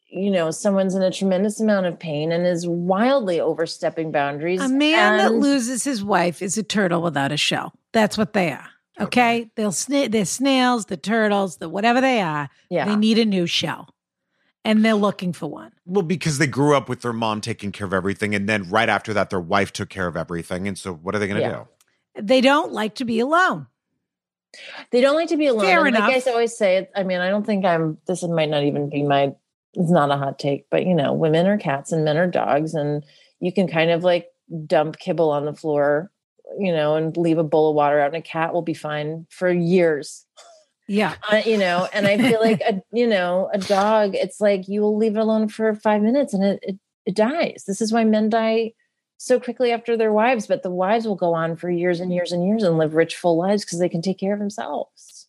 Speaker 3: you know someone's in a tremendous amount of pain and is wildly overstepping boundaries.
Speaker 2: A man that
Speaker 3: and-
Speaker 2: loses his wife is a turtle without a shell. That's what they are. Okay, they'll sna- they're snails, the turtles, the whatever they are.
Speaker 3: yeah,
Speaker 2: They need a new shell, and they're looking for one.
Speaker 1: Well, because they grew up with their mom taking care of everything. And then right after that, their wife took care of everything. And so what are they going to
Speaker 3: Yeah.
Speaker 1: do?
Speaker 2: They don't like to be alone.
Speaker 3: They don't like to be alone.
Speaker 2: Fair
Speaker 3: and like I
Speaker 2: enough.
Speaker 3: s- always say, it- I mean, I don't think I'm. This might not even be my. It's not a hot take, but you know, women are cats and men are dogs, and you can kind of like dump kibble on the floor, you know, and leave a bowl of water out, and a cat will be fine for years,
Speaker 2: Yeah,
Speaker 3: uh, you know. And I feel like a, you know, a dog. It's like you will leave it alone for five minutes, and it it, it dies. This is why men die so quickly after their wives, but the wives will go on for years and years and years and live rich, full lives because they can take care of themselves.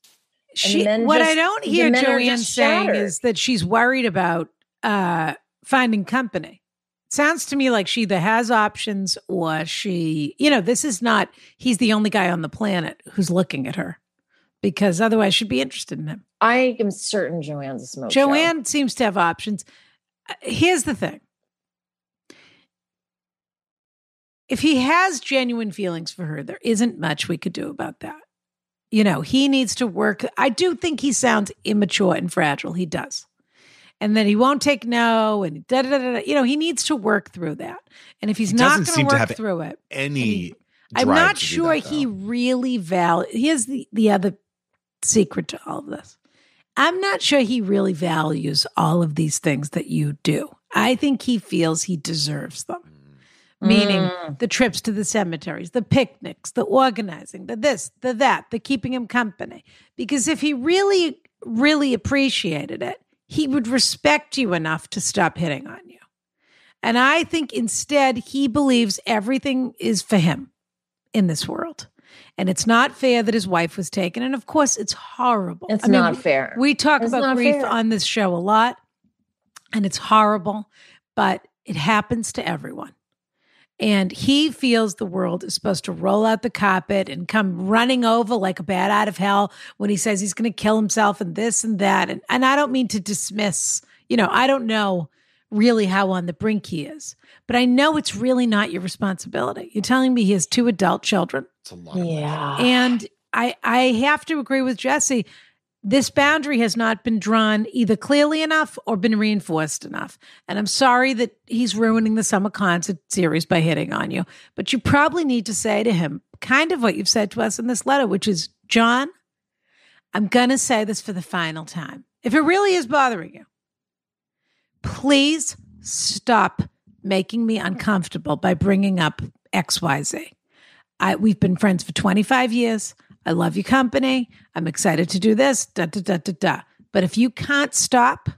Speaker 2: she.
Speaker 3: men
Speaker 2: What
Speaker 3: just-
Speaker 2: I don't
Speaker 3: the
Speaker 2: hear
Speaker 3: men are
Speaker 2: Joanne
Speaker 3: just
Speaker 2: saying
Speaker 3: shattered.
Speaker 2: is that she's worried about uh, finding company. Sounds to me like she either has options or she, you know, this is not. He's the only guy on the planet who's looking at her, because otherwise she'd be interested in him.
Speaker 3: I am certain Joanne's a smoke. show.
Speaker 2: Joanne seems to have options. Uh, Here's the thing. If he has genuine feelings for her, there isn't much we could do about that. You know, he needs to work. I do think he sounds immature and fragile. He does. And then he won't take no and da da da da. da. You know, he needs to work through that. And if he's
Speaker 1: He
Speaker 2: not
Speaker 1: doesn't
Speaker 2: going
Speaker 1: seem
Speaker 2: to
Speaker 1: to
Speaker 2: work
Speaker 1: have
Speaker 2: through it,
Speaker 1: Any.
Speaker 2: I'm
Speaker 1: drive
Speaker 2: not
Speaker 1: to do
Speaker 2: sure
Speaker 1: that,
Speaker 2: he
Speaker 1: though.
Speaker 2: really val. Here's the, the other secret to all of this. I'm not sure he really values all of these things that you do. I think he feels he deserves them. Meaning
Speaker 3: Mm.
Speaker 2: the trips to the cemeteries, the picnics, the organizing, the this, the that, the keeping him company. Because if he really, really appreciated it, he would respect you enough to stop hitting on you. And I think instead he believes everything is for him in this world. And it's not fair that his wife was taken. And of course, it's horrible.
Speaker 3: it's
Speaker 2: I mean,
Speaker 3: not fair.
Speaker 2: we talk
Speaker 3: It's
Speaker 2: about
Speaker 3: not
Speaker 2: grief
Speaker 3: fair.
Speaker 2: on this show a lot, and it's horrible, but it happens to everyone. And he feels the world is supposed to roll out the carpet and come running over like a bat out of hell when he says he's going to kill himself and this and that. And, and I don't mean to dismiss, you know, I don't know really how on the brink he is. But I know it's really not your responsibility. You're telling me he has two adult children.
Speaker 1: It's a lot. of-
Speaker 3: Yeah.
Speaker 2: And I I have to agree with Jesse. This boundary has not been drawn either clearly enough or been reinforced enough. And I'm sorry that he's ruining the summer concert series by hitting on you. But you probably need to say to him kind of what you've said to us in this letter, which is, John, I'm going to say this for the final time. If it really is bothering you, please stop making me uncomfortable by bringing up XYZ. I, we've been friends for 25 years. I love your company. I'm excited to do this. Da, da, da, da, da. But if you can't stop,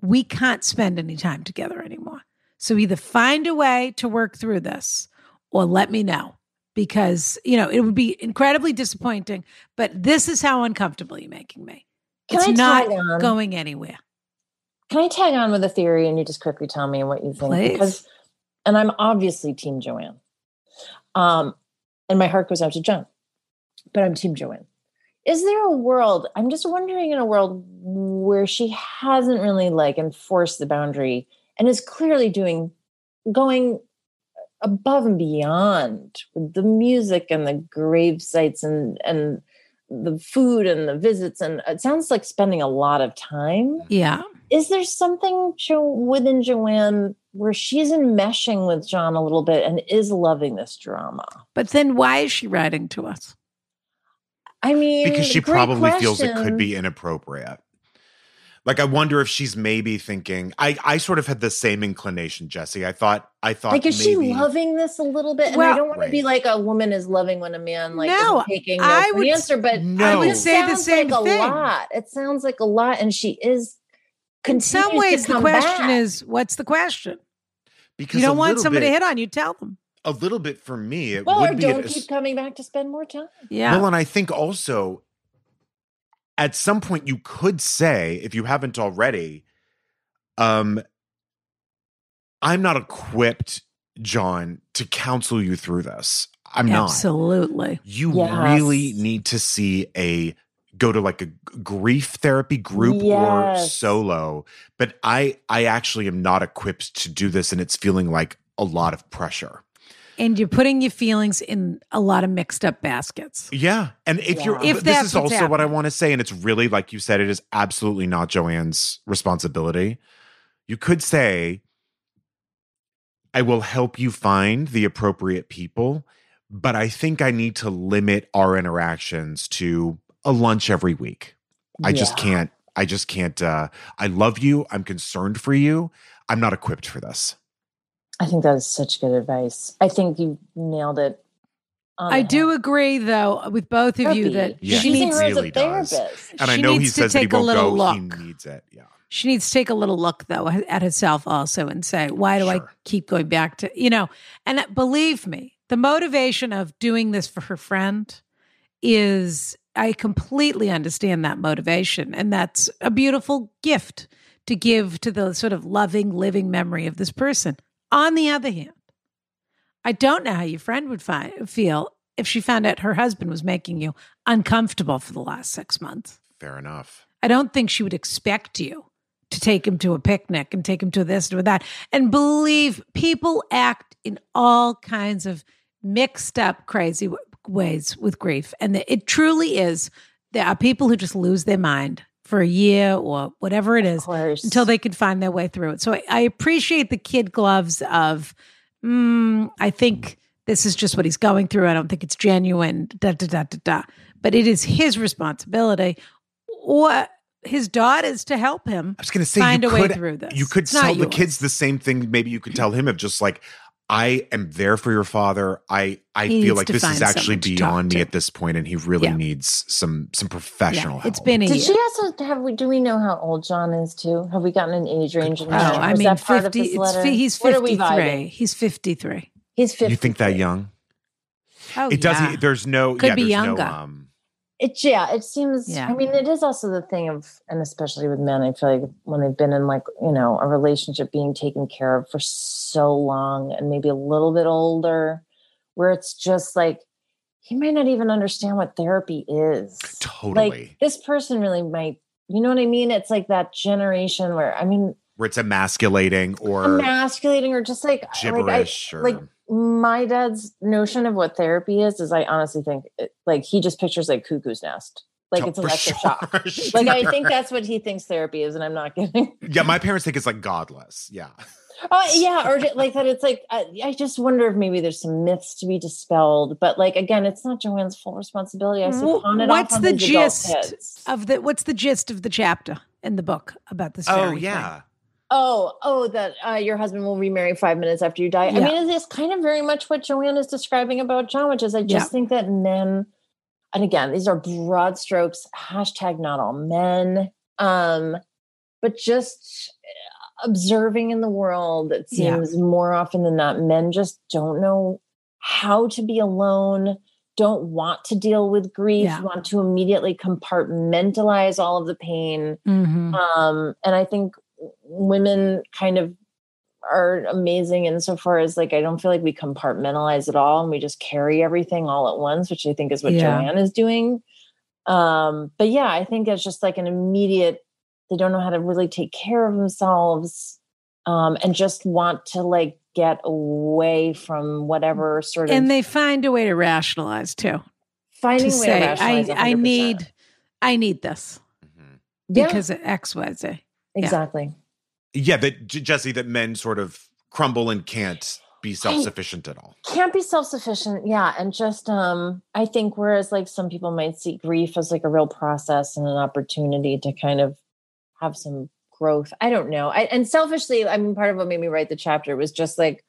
Speaker 2: we can't spend any time together anymore. So either find a way to work through this or let me know because, you know, it would be incredibly disappointing. But this is how uncomfortable you're making me.
Speaker 3: Can
Speaker 2: it's
Speaker 3: I
Speaker 2: not
Speaker 3: tag on?
Speaker 2: going anywhere.
Speaker 3: Can I tag on with a theory and you just quickly tell me what you think?
Speaker 2: Please.
Speaker 3: Because, and I'm obviously Team Joanne. Um, and my heart goes out to John, but I'm Team Joanne. Is there a world, I'm just wondering in a world where she hasn't really like enforced the boundary and is clearly doing, going above and beyond with the music and the grave sites and, and, the food and the visits and it sounds like spending a lot of time
Speaker 2: Yeah.
Speaker 3: is there something jo- within Joanne where she's enmeshing with John a little bit and is loving this drama?
Speaker 2: But then why is she writing to us?
Speaker 3: I mean,
Speaker 1: because she
Speaker 3: great
Speaker 1: probably feels it could
Speaker 3: question.
Speaker 1: be inappropriate. Like I wonder if she's maybe thinking. I I sort of had the same inclination, Jesse. I thought I thought
Speaker 3: Like, is
Speaker 1: maybe,
Speaker 3: she loving this a little bit? And I
Speaker 2: Well-
Speaker 3: don't want
Speaker 1: Right.
Speaker 3: to be like a woman is loving when a man like
Speaker 2: No,
Speaker 3: is taking no
Speaker 2: I
Speaker 3: for
Speaker 2: would
Speaker 3: an answer, but
Speaker 1: No. I would
Speaker 3: it
Speaker 2: say the
Speaker 3: sounds
Speaker 2: same
Speaker 3: like a
Speaker 2: thing.
Speaker 3: lot. It sounds like a lot, and she is.
Speaker 2: In some
Speaker 3: continues to
Speaker 2: ways, the
Speaker 3: come
Speaker 2: question
Speaker 3: back.
Speaker 2: is, what's the question?
Speaker 1: because
Speaker 2: You don't
Speaker 1: a
Speaker 2: want
Speaker 1: little
Speaker 2: somebody
Speaker 1: bit,
Speaker 2: to hit on you. Tell them.
Speaker 1: a little bit for me. It
Speaker 3: well,
Speaker 1: would
Speaker 3: or
Speaker 1: be an
Speaker 3: don't
Speaker 1: ass-
Speaker 3: keep coming back to spend more time.
Speaker 2: Yeah.
Speaker 1: Well, and I think also at some point you could say, if you haven't already, um, I'm not equipped, John, to counsel you through this. I'm not
Speaker 2: Absolutely.
Speaker 1: you
Speaker 3: Yes.
Speaker 1: really need to see a go to like a g- grief therapy group or
Speaker 3: Yes.
Speaker 1: solo but i i actually am not equipped to do this and it's feeling like a lot of pressure
Speaker 2: And you're putting your feelings in a lot of mixed up baskets.
Speaker 1: yeah and if you're
Speaker 2: Yeah. If
Speaker 1: but
Speaker 2: that's
Speaker 1: this is
Speaker 2: what's
Speaker 1: also what i
Speaker 2: happening.
Speaker 1: want to say and it's really like you said it is absolutely not joanne's responsibility you could say i will help you find the appropriate people but i think i need to limit our interactions to a lunch every week I just
Speaker 3: Yeah.
Speaker 1: can't. I just can't. Uh, I love you. I'm concerned for you. I'm not equipped for this.
Speaker 3: I think that is such good advice. I think you nailed it. on
Speaker 2: I
Speaker 3: the
Speaker 2: do
Speaker 3: head.
Speaker 2: agree, though, with both of you that
Speaker 3: Therapy.
Speaker 1: Yeah,
Speaker 2: she
Speaker 3: Using
Speaker 2: needs
Speaker 3: her as a
Speaker 1: really does.
Speaker 3: therapist.
Speaker 1: And I
Speaker 2: She
Speaker 1: know he
Speaker 2: needs to
Speaker 1: says that he
Speaker 2: take a
Speaker 1: won't go.
Speaker 2: little look.
Speaker 1: He needs it. Yeah.
Speaker 2: she needs to take a little look though at herself also and say why do i
Speaker 1: Sure.
Speaker 2: keep going back to you know and uh, believe me the motivation of doing this for her friend is i completely understand that motivation and that's a beautiful gift to give to the sort of loving living memory of this person on the other hand i don't know how your friend would find, feel if she found out her husband was making you uncomfortable for the last six months
Speaker 1: Fair enough.
Speaker 2: I don't think she would expect you to take him to a picnic and take him to this or that. And believe people act in all kinds of mixed up, crazy w- ways with grief. And the, it truly is. There are people who just lose their mind for a year or whatever it is
Speaker 3: Of course.
Speaker 2: until they could find their way through it. So I, I appreciate the kid gloves of, mm, I think this is just what he's going through. I don't think it's genuine. Da da da da da. But it is his responsibility, or his daughters to help him
Speaker 1: I was going to say
Speaker 2: find
Speaker 1: you
Speaker 2: a way
Speaker 1: could
Speaker 2: through this.
Speaker 1: you could
Speaker 2: It's not
Speaker 1: tell the
Speaker 2: yours.
Speaker 1: kids the same thing. Maybe you could tell him of just like I am there for your father. I I
Speaker 2: He
Speaker 1: feel
Speaker 2: needs
Speaker 1: like
Speaker 2: to
Speaker 1: this is
Speaker 2: find
Speaker 1: actually
Speaker 2: someone to talk
Speaker 1: beyond me
Speaker 2: to.
Speaker 1: at this point, and he really
Speaker 2: Yeah.
Speaker 1: needs some some
Speaker 2: Yeah,
Speaker 1: professional help.
Speaker 2: It's been a
Speaker 3: Did
Speaker 2: year.
Speaker 3: she also have? We do we know how old John is too? Have we gotten an age range? in
Speaker 1: question.
Speaker 3: that?
Speaker 2: oh, I
Speaker 3: Was
Speaker 2: mean,
Speaker 3: that part of
Speaker 2: fifty.
Speaker 3: this
Speaker 2: It's,
Speaker 3: letter?
Speaker 2: fi- he's
Speaker 3: What are we
Speaker 2: fifty-three.
Speaker 3: vibing?
Speaker 2: He's fifty-three.
Speaker 3: He's fifty.
Speaker 1: you think that young?
Speaker 2: Oh,
Speaker 1: it
Speaker 2: yeah.
Speaker 1: doesn't. There's no.
Speaker 2: Could
Speaker 1: yeah,
Speaker 2: be
Speaker 1: there's
Speaker 2: younger.
Speaker 1: No, um,
Speaker 3: It's yeah. It seems.
Speaker 2: Yeah.
Speaker 3: I mean, it is also the thing of, and especially with men, I feel like when they've been in like you know a relationship being taken care of for so long, and maybe a little bit older, where it's just like he might not even understand what therapy is.
Speaker 1: totally.
Speaker 3: Like this person really might. You know what I mean? It's like that generation where I mean,
Speaker 1: where it's emasculating or
Speaker 3: emasculating or just like
Speaker 1: gibberish
Speaker 3: like, I,
Speaker 1: or
Speaker 3: like my dad's notion of what therapy is is I honestly think it, like he just pictures like cuckoo's nest. Like
Speaker 1: Oh,
Speaker 3: it's
Speaker 1: for
Speaker 3: electric
Speaker 1: sure,
Speaker 3: shock. Like I
Speaker 1: sure.
Speaker 3: think that's what he thinks therapy is, and I'm not kidding.
Speaker 1: yeah, my parents think it's like godless. Yeah.
Speaker 3: Oh yeah, or ju- like that. It's like I, I just wonder if maybe there's some myths to be dispelled. But like again, it's not Joanne's full responsibility. I
Speaker 2: Wh-
Speaker 3: suppose.
Speaker 2: what's the gist
Speaker 3: Kids.
Speaker 2: of the what's the gist of the chapter in the book about this?
Speaker 1: Oh
Speaker 2: fairy thing?
Speaker 1: yeah.
Speaker 3: Oh, oh, that uh, your husband will remarry five minutes after you die.
Speaker 2: Yeah.
Speaker 3: I mean, it's kind of very much what Joanne is describing about John, which is I just
Speaker 2: Yeah.
Speaker 3: think that men, and again, these are broad strokes, hashtag not all men, um, but just uh, observing in the world, it
Speaker 2: Yeah.
Speaker 3: seems more often than not, men just don't know how to be alone. Don't want to deal with grief,
Speaker 2: Yeah.
Speaker 3: want to immediately compartmentalize all of the pain
Speaker 2: Mhm.
Speaker 3: um and i think women kind of are amazing insofar as like i don't feel like we compartmentalize at all and we just carry everything all at once which i think is what
Speaker 2: Yeah.
Speaker 3: joanne is doing um but yeah i think it's just like an immediate they don't know how to really take care of themselves um and just want to like get away from whatever sort of
Speaker 2: and they find a way to rationalize too.
Speaker 3: finding
Speaker 2: To
Speaker 3: a way to
Speaker 2: say, I,
Speaker 3: rationalize
Speaker 2: I
Speaker 3: 100%.
Speaker 2: need, I need this
Speaker 1: Mhm.
Speaker 3: Yeah,
Speaker 2: because of X, Y, Z. yeah.
Speaker 3: exactly
Speaker 1: Yeah, that J- Jesse, that men sort of crumble and can't be self sufficient at all.
Speaker 3: can't be self-sufficient yeah and just um i think whereas like some people might see grief as like a real process and an opportunity to kind of have some growth i don't know I, and selfishly i mean part of what made me write the chapter was just like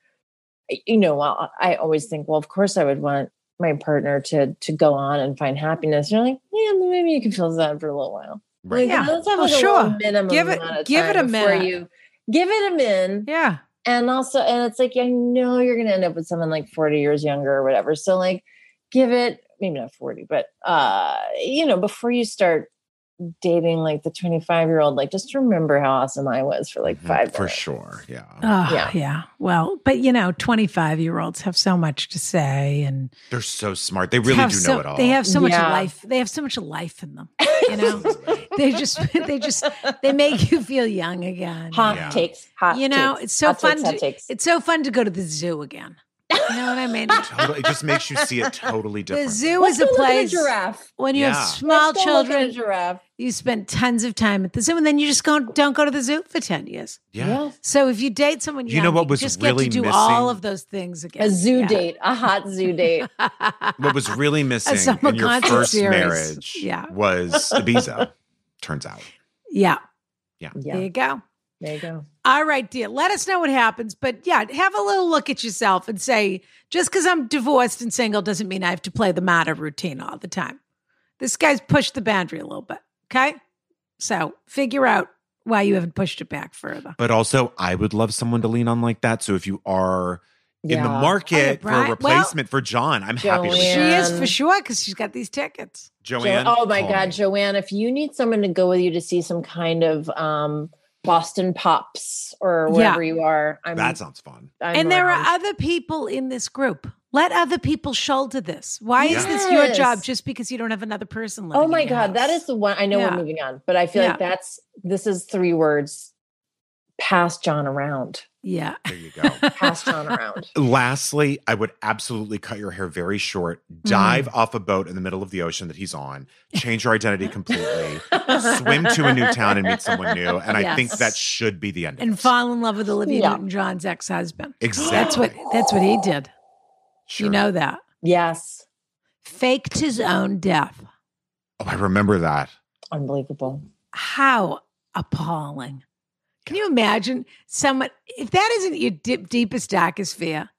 Speaker 3: you know i I always think well of course i would want my partner to to go on and find happiness you're like yeah but maybe you can feel sad for a little while
Speaker 1: Right.
Speaker 3: Like,
Speaker 2: Yeah.
Speaker 3: let's have
Speaker 2: Well,
Speaker 3: like a
Speaker 2: sure.
Speaker 3: little minimum
Speaker 2: Give it-
Speaker 3: amount of
Speaker 2: give it
Speaker 3: time
Speaker 2: a
Speaker 3: before
Speaker 2: minute.
Speaker 3: you give it a min
Speaker 2: Yeah.
Speaker 3: and also and it's like i know you're gonna end up with someone like 40 years younger or whatever so like give it maybe not 40 but uh you know before you start dating like the 25 year old like just remember how awesome i was for like
Speaker 1: Mhm.
Speaker 3: five
Speaker 1: For
Speaker 3: minutes.
Speaker 1: sure. Yeah.
Speaker 2: Oh, yeah.
Speaker 3: Yeah.
Speaker 2: Well, but you know, 25 year olds have so much to say and
Speaker 1: They're so smart. They really do know
Speaker 2: have so,
Speaker 1: it all.
Speaker 2: They have so much
Speaker 3: Yeah.
Speaker 2: life. They have so much life in them. You know,
Speaker 1: Absolutely.
Speaker 2: they just, they just, they make you feel young again.
Speaker 3: hot
Speaker 1: Yeah.
Speaker 3: takes hot
Speaker 2: You know,
Speaker 3: takes,
Speaker 2: it's so
Speaker 3: hot
Speaker 2: fun
Speaker 3: takes,
Speaker 2: to-
Speaker 3: hot takes.
Speaker 2: It's so fun to go to the zoo again. You know what I mean?
Speaker 1: Totally- it just makes you see it totally
Speaker 2: the
Speaker 1: different.
Speaker 2: zoo
Speaker 3: Let's
Speaker 2: is a
Speaker 3: go look at a
Speaker 2: place
Speaker 3: giraffe
Speaker 2: when you
Speaker 1: Yeah.
Speaker 2: have small
Speaker 3: Let's go look at a
Speaker 2: children,
Speaker 3: giraffe
Speaker 2: you spend tons of time at the zoo, and then you just go, don't go to the zoo for 10 years.
Speaker 1: Yeah.
Speaker 2: So if you date someone,
Speaker 1: You
Speaker 2: young,
Speaker 1: know what was
Speaker 2: just
Speaker 1: really
Speaker 2: get to do
Speaker 1: missing?
Speaker 2: all of those things again.
Speaker 3: a zoo
Speaker 2: Yeah.
Speaker 3: date a hot zoo date
Speaker 1: What was really missing
Speaker 2: summer
Speaker 1: in your
Speaker 2: concert
Speaker 1: first
Speaker 2: series.
Speaker 1: marriage
Speaker 2: Yeah.
Speaker 1: was Ibiza, turns out.
Speaker 2: yeah, there
Speaker 3: yeah
Speaker 2: you go.
Speaker 3: there you go
Speaker 2: All right, dear. Let us know what happens. But yeah, have a little look at yourself and say, just because I'm divorced and single doesn't mean I have to play the matter routine all the time. This guy's pushed the boundary a little bit. Okay. So figure out why you haven't pushed it back further.
Speaker 1: But also, I would love someone to lean on like that. So if you are in the
Speaker 3: Yeah.
Speaker 1: market
Speaker 2: Oh,
Speaker 1: for a
Speaker 2: Brian-
Speaker 1: replacement for John, I'm happy to
Speaker 3: Joanne.
Speaker 1: lean.
Speaker 2: She is
Speaker 3: And-
Speaker 2: for sure because she's got these tickets.
Speaker 3: Jo-
Speaker 1: Joanne.
Speaker 3: oh my
Speaker 1: call
Speaker 3: God,
Speaker 1: me.
Speaker 3: Joanne, if you need someone to go with you to see some kind of um, Boston Pops or
Speaker 2: Yeah.
Speaker 3: wherever you are, I'm,
Speaker 1: That sounds fun.
Speaker 3: I'm
Speaker 2: and there
Speaker 3: around.
Speaker 2: are other people in this group. Let other people shoulder this. Why is this your
Speaker 3: Yes.
Speaker 2: job just because you don't have another person living?
Speaker 3: Oh my
Speaker 2: in your
Speaker 3: God, that
Speaker 2: house?
Speaker 3: is the one. I know
Speaker 2: Yeah.
Speaker 3: we're moving on, but I feel
Speaker 2: Yeah.
Speaker 3: like that's this is three words. Pass John around.
Speaker 2: yeah.
Speaker 1: There you go.
Speaker 3: Pass John around.
Speaker 1: Lastly, I would absolutely cut your hair very short, dive
Speaker 2: Mm.
Speaker 1: off a boat in the middle of the ocean that he's on, change your identity completely, swim to a new town and meet someone new. And I think
Speaker 2: Yes.
Speaker 1: that should be the end. Of
Speaker 2: and
Speaker 1: this.
Speaker 2: fall in love with Olivia
Speaker 3: Yeah.
Speaker 2: Newton-John's ex-husband.
Speaker 1: Exactly.
Speaker 2: That's what that's what he did.
Speaker 1: Sure.
Speaker 2: You know that.
Speaker 3: Yes.
Speaker 2: Faked his own death.
Speaker 1: Oh, I remember that.
Speaker 3: Unbelievable.
Speaker 2: How appalling. Can you imagine someone if that isn't your deep, deepest darkest fear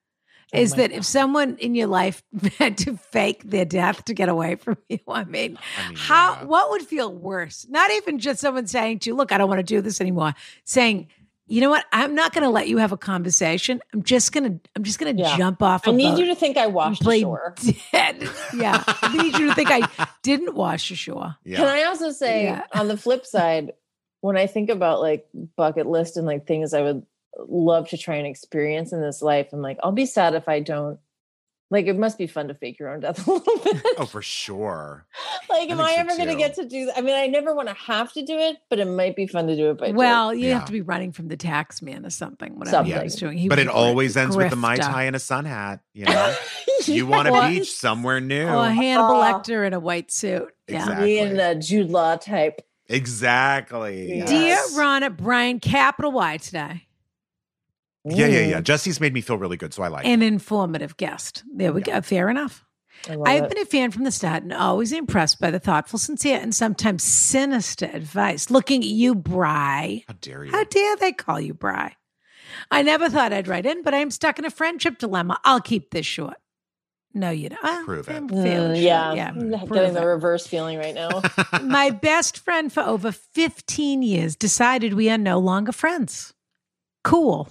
Speaker 3: Oh
Speaker 2: is
Speaker 3: my
Speaker 2: that if someone in your life had to fake their death to get away from you? I mean,
Speaker 1: I mean,
Speaker 2: How
Speaker 1: yeah.
Speaker 2: what would feel worse? Not even just someone saying to you, look, I don't want to do this anymore. Saying, you know what, I'm not gonna let you have a conversation. I'm just gonna I'm just gonna
Speaker 3: Yeah.
Speaker 2: jump off.
Speaker 3: I
Speaker 2: a
Speaker 3: need
Speaker 2: boat
Speaker 3: you to think I
Speaker 2: and
Speaker 3: washed
Speaker 2: play
Speaker 3: ashore.
Speaker 2: dead. Yeah. I need you to think I didn't wash ashore.
Speaker 1: Yeah.
Speaker 3: Can I also say
Speaker 2: Yeah.
Speaker 3: on the flip side, when I think about like bucket list and like things I would love to try and experience in this life, I'm like, I'll be sad if I don't Like it must be fun to fake your own death a little bit.
Speaker 1: Oh, for sure.
Speaker 3: like, am
Speaker 1: think
Speaker 3: I
Speaker 1: so,
Speaker 3: ever going to
Speaker 1: too.
Speaker 3: get to do that? I mean, I never want to have to do it, but it might be fun to do it by
Speaker 2: Well, you
Speaker 1: Yeah.
Speaker 2: have to be running from the tax man or something. Whatever he
Speaker 3: Something.
Speaker 2: was doing, He
Speaker 1: but
Speaker 2: was
Speaker 1: it
Speaker 2: a
Speaker 1: always ends with the Mai
Speaker 2: grifter.
Speaker 1: Tai and a sun hat, you know?
Speaker 3: choice.
Speaker 1: You want a
Speaker 3: Yeah.
Speaker 1: beach somewhere new.
Speaker 2: Oh, a Hannibal
Speaker 3: Uh,
Speaker 2: Lecter in a white suit. Yeah.
Speaker 1: Exactly.
Speaker 3: Me and uh, Jude Law type.
Speaker 1: Exactly.
Speaker 3: Yeah.
Speaker 1: yes.
Speaker 2: Dear Ron at Brian, capital Y today.
Speaker 1: Yeah, yeah, yeah. Jesse's made me feel really good, so I like it.
Speaker 2: An informative guest. There we go. Fair enough.
Speaker 3: Mm, I love
Speaker 2: I've
Speaker 3: it.
Speaker 2: been a fan from the start and always impressed by the thoughtful, sincere, and sometimes sinister advice. Looking at you, Bry.
Speaker 1: How dare you?
Speaker 2: How dare they call you Bry? I never thought I'd write in, but I'm stuck in a friendship dilemma. I'll keep this short. No, you don't. Ah,
Speaker 1: Prove it.
Speaker 2: I'm fairly
Speaker 3: Mm,
Speaker 2: sure.
Speaker 3: yeah,
Speaker 2: yeah.
Speaker 3: I'm
Speaker 2: prove
Speaker 3: getting the
Speaker 2: it.
Speaker 3: reverse feeling right now.
Speaker 2: My best friend for over 15 years decided we are no longer friends. Cool.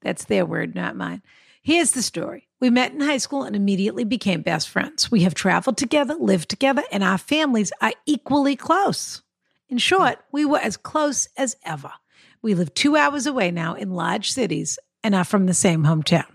Speaker 2: That's their word, not mine. Here's the story. We met in high school and immediately became best friends. We have traveled together, lived together, and our families are equally close. In short, we were as close as ever. We live two hours away now in large cities and are from the same hometown.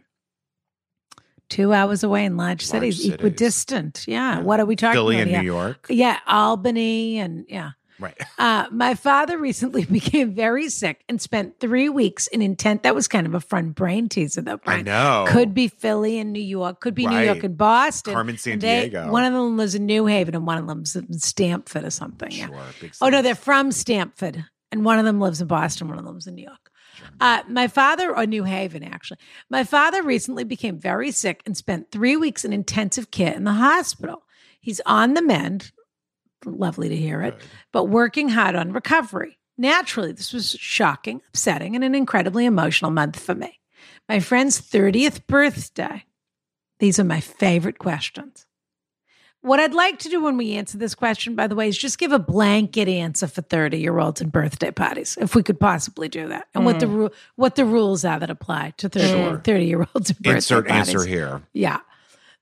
Speaker 2: Two hours away in large, cities,
Speaker 1: cities.
Speaker 2: equidistant. Yeah.
Speaker 1: Yeah.
Speaker 2: What are we talking
Speaker 1: Philly
Speaker 2: about?
Speaker 1: and
Speaker 2: here?
Speaker 1: New York.
Speaker 2: Yeah, Albany and yeah.
Speaker 1: Right.
Speaker 2: Uh, my father recently became very sick and spent three weeks in intent. That was kind of a fun brain teaser, though.
Speaker 1: I
Speaker 2: Brian.
Speaker 1: know.
Speaker 2: Could be Philly and New York. Could be New York
Speaker 1: Right.
Speaker 2: and Boston.
Speaker 1: Carmen San
Speaker 2: And they-
Speaker 1: Diego.
Speaker 2: One of them lives in New Haven and one of them in Stamford or something. Yeah.
Speaker 1: Sure, big
Speaker 2: Oh no,
Speaker 1: cities.
Speaker 2: they're from Stamford, and one of them lives in Boston, one of them's in New York. Uh, my father, or New Haven, actually. My father recently became very sick and spent three weeks in intensive care in the hospital. He's on the mend. Lovely to hear it,
Speaker 1: Good.
Speaker 2: but working hard on recovery. Naturally, this was shocking, upsetting, and an incredibly emotional month for me. My friend's 30th birthday. These are my favorite questions. What I'd like to do when we answer this question, by the way, is just give a blanket answer for 30 year olds and birthday parties, if we could possibly do that, and what the ru- what the rules are that apply to 30,
Speaker 1: Mm. Sure.
Speaker 2: 30 year olds and birthday
Speaker 1: Insert
Speaker 2: parties.
Speaker 1: answer here.
Speaker 2: Yeah.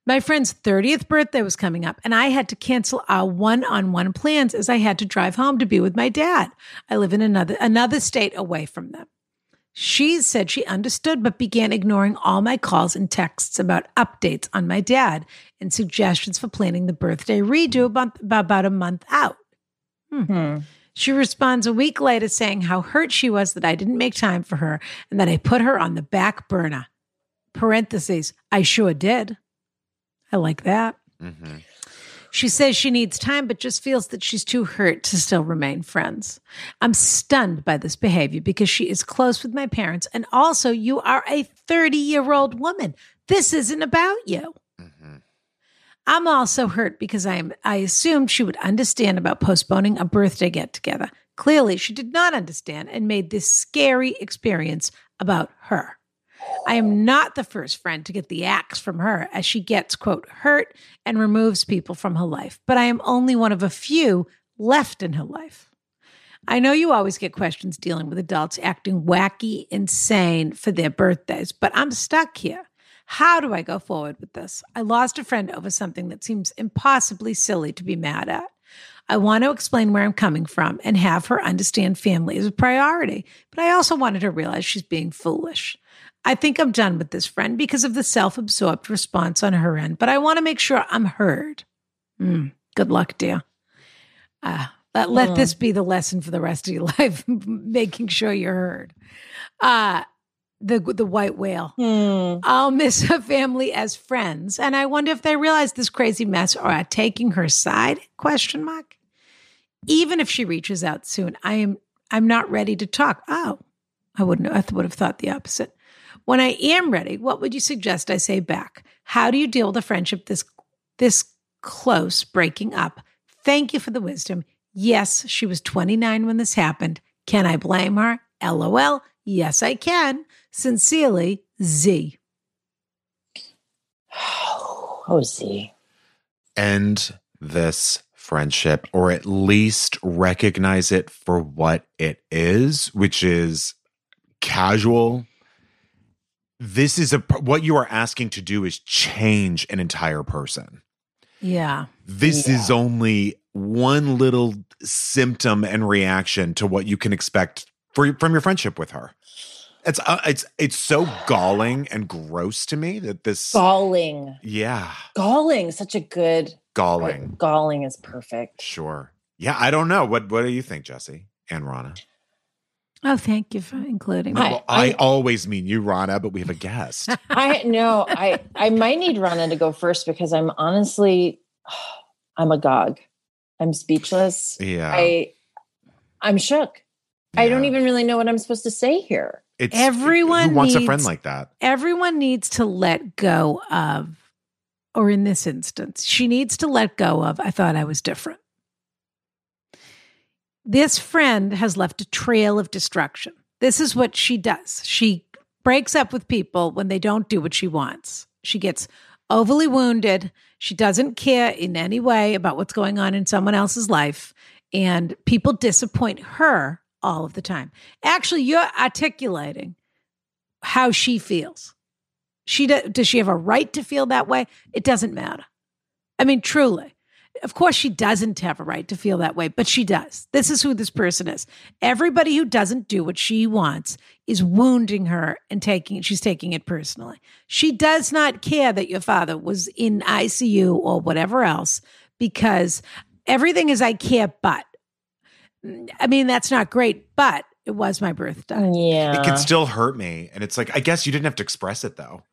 Speaker 2: My friend's 30th birthday was coming up, and I had to cancel our one-on-one plans as I had to drive home to be with my dad. I live in another another state away from them. She said she understood, but began ignoring all my calls and texts about updates on my dad and suggestions for planning the birthday redo about, about a month out.
Speaker 3: Hmm.
Speaker 2: She responds a week later saying how hurt she was that I didn't make time for her and that I put her on the back burner. Parentheses, I sure did. I like that.
Speaker 1: Mhm.
Speaker 2: She says she needs time, but just feels that she's too hurt to still remain friends. I'm stunned by this behavior because she is close with my parents. And also, you are a 30 year old woman. This isn't about you.
Speaker 1: Mhm.
Speaker 2: I'm also hurt because I am I assumed she would understand about postponing a birthday get together. Clearly, she did not understand and made this scary experience about her. I am not the first friend to get the axe from her as she gets quote hurt and removes people from her life, but I am only one of a few left in her life. I know you always get questions dealing with adults acting wacky, insane for their birthdays, but I'm stuck here. How do I go forward with this? I lost a friend over something that seems impossibly silly to be mad at. I want to explain where I'm coming from and have her understand family is a priority, but I also wanted her to realize she's being foolish. I think I'm done with this friend because of the self absorbed response on her end, but I want to make sure I'm heard. Mm, good luck, dear. Uh, let, let
Speaker 3: Mm.
Speaker 2: this be the lesson for the rest of your life, making sure you're heard. Uh, the the white whale.
Speaker 3: Hmm.
Speaker 2: I'll miss her family as friends, and I wonder if they realize this crazy mess or are taking her side? Question mark. Even if she reaches out soon, I am I'm not ready to talk. Oh, I wouldn't. I would have thought the opposite. When I am ready, what would you suggest I say back? How do you deal with a friendship this this close breaking up? Thank you for the wisdom. Yes, she was 29 when this happened. Can I blame her? LOL. Yes, I can. Sincerely, Z.
Speaker 3: Oh, see.
Speaker 1: End this friendship, or at least recognize it for what it is, which is casual. This is a what you are asking to do is change an entire person.
Speaker 2: Yeah.
Speaker 1: this
Speaker 3: Yeah.
Speaker 1: is only one little symptom and reaction to what you can expect for, from your friendship with her. It's uh, it's it's so galling and gross to me that this.
Speaker 3: galling
Speaker 1: Yeah,
Speaker 3: galling such a good
Speaker 1: galling.
Speaker 3: galling is perfect
Speaker 1: Sure. Yeah, I don't know. What What do you think, Jesse and Rana?
Speaker 2: Oh, thank you for including me.
Speaker 3: Hi.
Speaker 1: Well, I,
Speaker 3: I-
Speaker 1: always mean you, Rana, but we have a guest.
Speaker 3: i no i i might need rana to go first because i'm honestly i'm agog i'm speechless
Speaker 1: yeah,
Speaker 3: i i'm shook i don't
Speaker 1: yeah.
Speaker 3: even really know what i'm supposed to say here
Speaker 1: It's,
Speaker 2: Everyone
Speaker 1: who wants a
Speaker 2: needs-
Speaker 1: friend like that.
Speaker 2: Everyone needs to let go of, or in this instance, she needs to let go of, I thought I was different. This friend has left a trail of destruction. This is what she does. She breaks up with people when they don't do what she wants. She gets overly wounded. She doesn't care in any way about what's going on in someone else's life. And people disappoint her all of the time. Actually, you're articulating how she feels. She do, does she have a right to feel that way? It doesn't matter. I mean, truly. Of course, she doesn't have a right to feel that way, but she does. This is who this person is. Everybody who doesn't do what she wants is wounding her and taking she's taking it personally. She does not care that your father was in ICU or whatever else because everything is I care but. I mean, that's not great, but it was my
Speaker 1: Oh.
Speaker 2: birthday.
Speaker 3: yeah
Speaker 1: it can still hurt me, and it's like I guess you didn't have to express it though.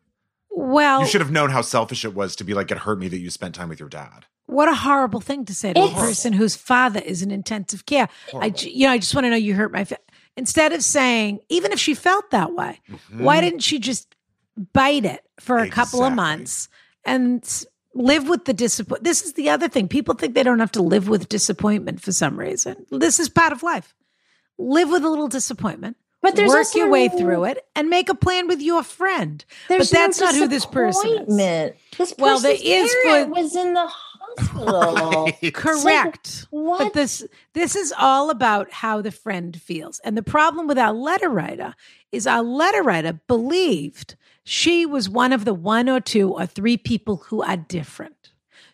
Speaker 2: Well,
Speaker 1: you should have known how selfish it was to be like it hurt me that you spent time with your dad.
Speaker 2: What a horrible thing to say to
Speaker 3: It's-
Speaker 2: a person whose father is in intensive care.
Speaker 3: Oh.
Speaker 2: I,
Speaker 1: Horrible.
Speaker 2: ju- you know, I just want to know you hurt my. Fa-. Instead of saying, even if she felt that way,
Speaker 3: Mm.
Speaker 2: why didn't she just bite it for a couple of
Speaker 1: Exactly.
Speaker 2: months and s- live with the disappointment? This is the other thing. People think they don't have to live with disappointment for some reason. This is part of life. Live with a little disappointment.
Speaker 3: but there's
Speaker 2: work
Speaker 3: also
Speaker 2: your way
Speaker 3: no-
Speaker 2: through it and make a plan with your friend.
Speaker 3: There's
Speaker 2: but that's not who this person is.
Speaker 3: disappointment. This person's
Speaker 2: Well, there is for-
Speaker 3: parent was in the
Speaker 1: Mm-hmm.
Speaker 3: hospital.
Speaker 2: Correct.
Speaker 3: what?
Speaker 2: But this this is all about how the friend feels. And the problem with our letter writer is our letter writer believed she was one of the one or two or three people who are different.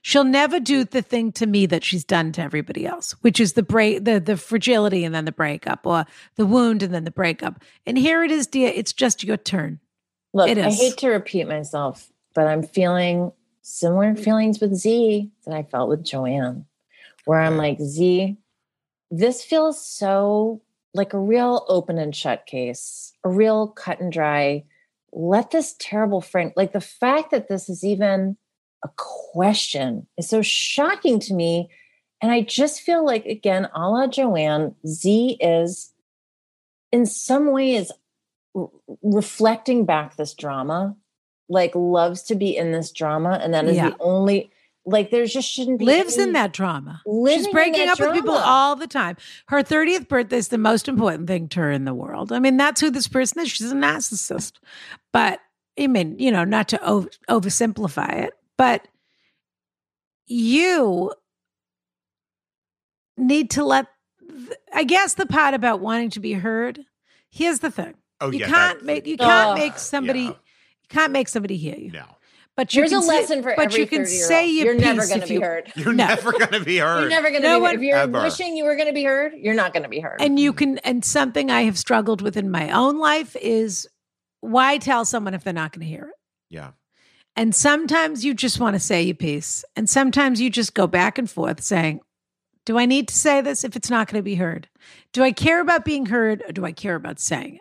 Speaker 2: She'll never do the thing to me that she's done to everybody else, which is the break the the fragility and then the breakup or the wound and then the breakup. And here it is, dear, it's just your turn.
Speaker 3: Look,
Speaker 2: It
Speaker 3: I
Speaker 2: is.
Speaker 3: hate to repeat myself, but I'm feeling similar feelings with Z that I felt with Joanne, where I'm
Speaker 1: Okay.
Speaker 3: like, Z, this feels so like a real open and shut case, a real cut and dry. Let this terrible friend, like the fact that this is even a question is so shocking to me. And I just feel like, again, a la Joanne, Z is in some ways re- reflecting back this drama, like loves to be in this drama. And that is
Speaker 2: Yeah.
Speaker 3: the only, like, there just shouldn't be.
Speaker 2: Lives
Speaker 3: any-
Speaker 2: in that drama.
Speaker 3: living
Speaker 2: She's
Speaker 3: in
Speaker 2: breaking up
Speaker 3: that
Speaker 2: with people
Speaker 3: drama.
Speaker 2: all the time. Her 30th birthday is the most important thing to her in the world. I mean, that's who this person is. She's a narcissist. But I mean, you know, not to over, oversimplify it, but you need to let, th- I guess, the part about wanting to be heard. Here's the thing
Speaker 1: Oh
Speaker 2: you
Speaker 1: yeah,
Speaker 2: can't
Speaker 1: that-
Speaker 2: make, you can't
Speaker 3: Ugh.
Speaker 2: make somebody,
Speaker 1: Yeah.
Speaker 2: you can't make somebody hear you.
Speaker 1: No,
Speaker 2: But you
Speaker 3: Here's a
Speaker 2: can say-
Speaker 3: lesson for
Speaker 2: but
Speaker 3: every
Speaker 2: you can
Speaker 3: 30-year-old.
Speaker 2: say your
Speaker 3: You're never
Speaker 2: piece
Speaker 3: going to
Speaker 2: if
Speaker 3: be
Speaker 2: you-
Speaker 3: heard.
Speaker 1: you're
Speaker 2: No.
Speaker 1: never gonna be heard.
Speaker 3: You're never going to
Speaker 2: No
Speaker 3: be
Speaker 2: one
Speaker 3: heard. If you're
Speaker 1: ever.
Speaker 3: wishing you were going to be heard, you're not going to be heard.
Speaker 2: And you can, and something I have struggled with in my own life is why tell someone if they're not going to hear it?
Speaker 1: yeah,
Speaker 2: And sometimes you just want to say your piece. And sometimes you just go back and forth saying, Do I need to say this if it's not going to be heard? Do I care about being heard or do I care about saying it?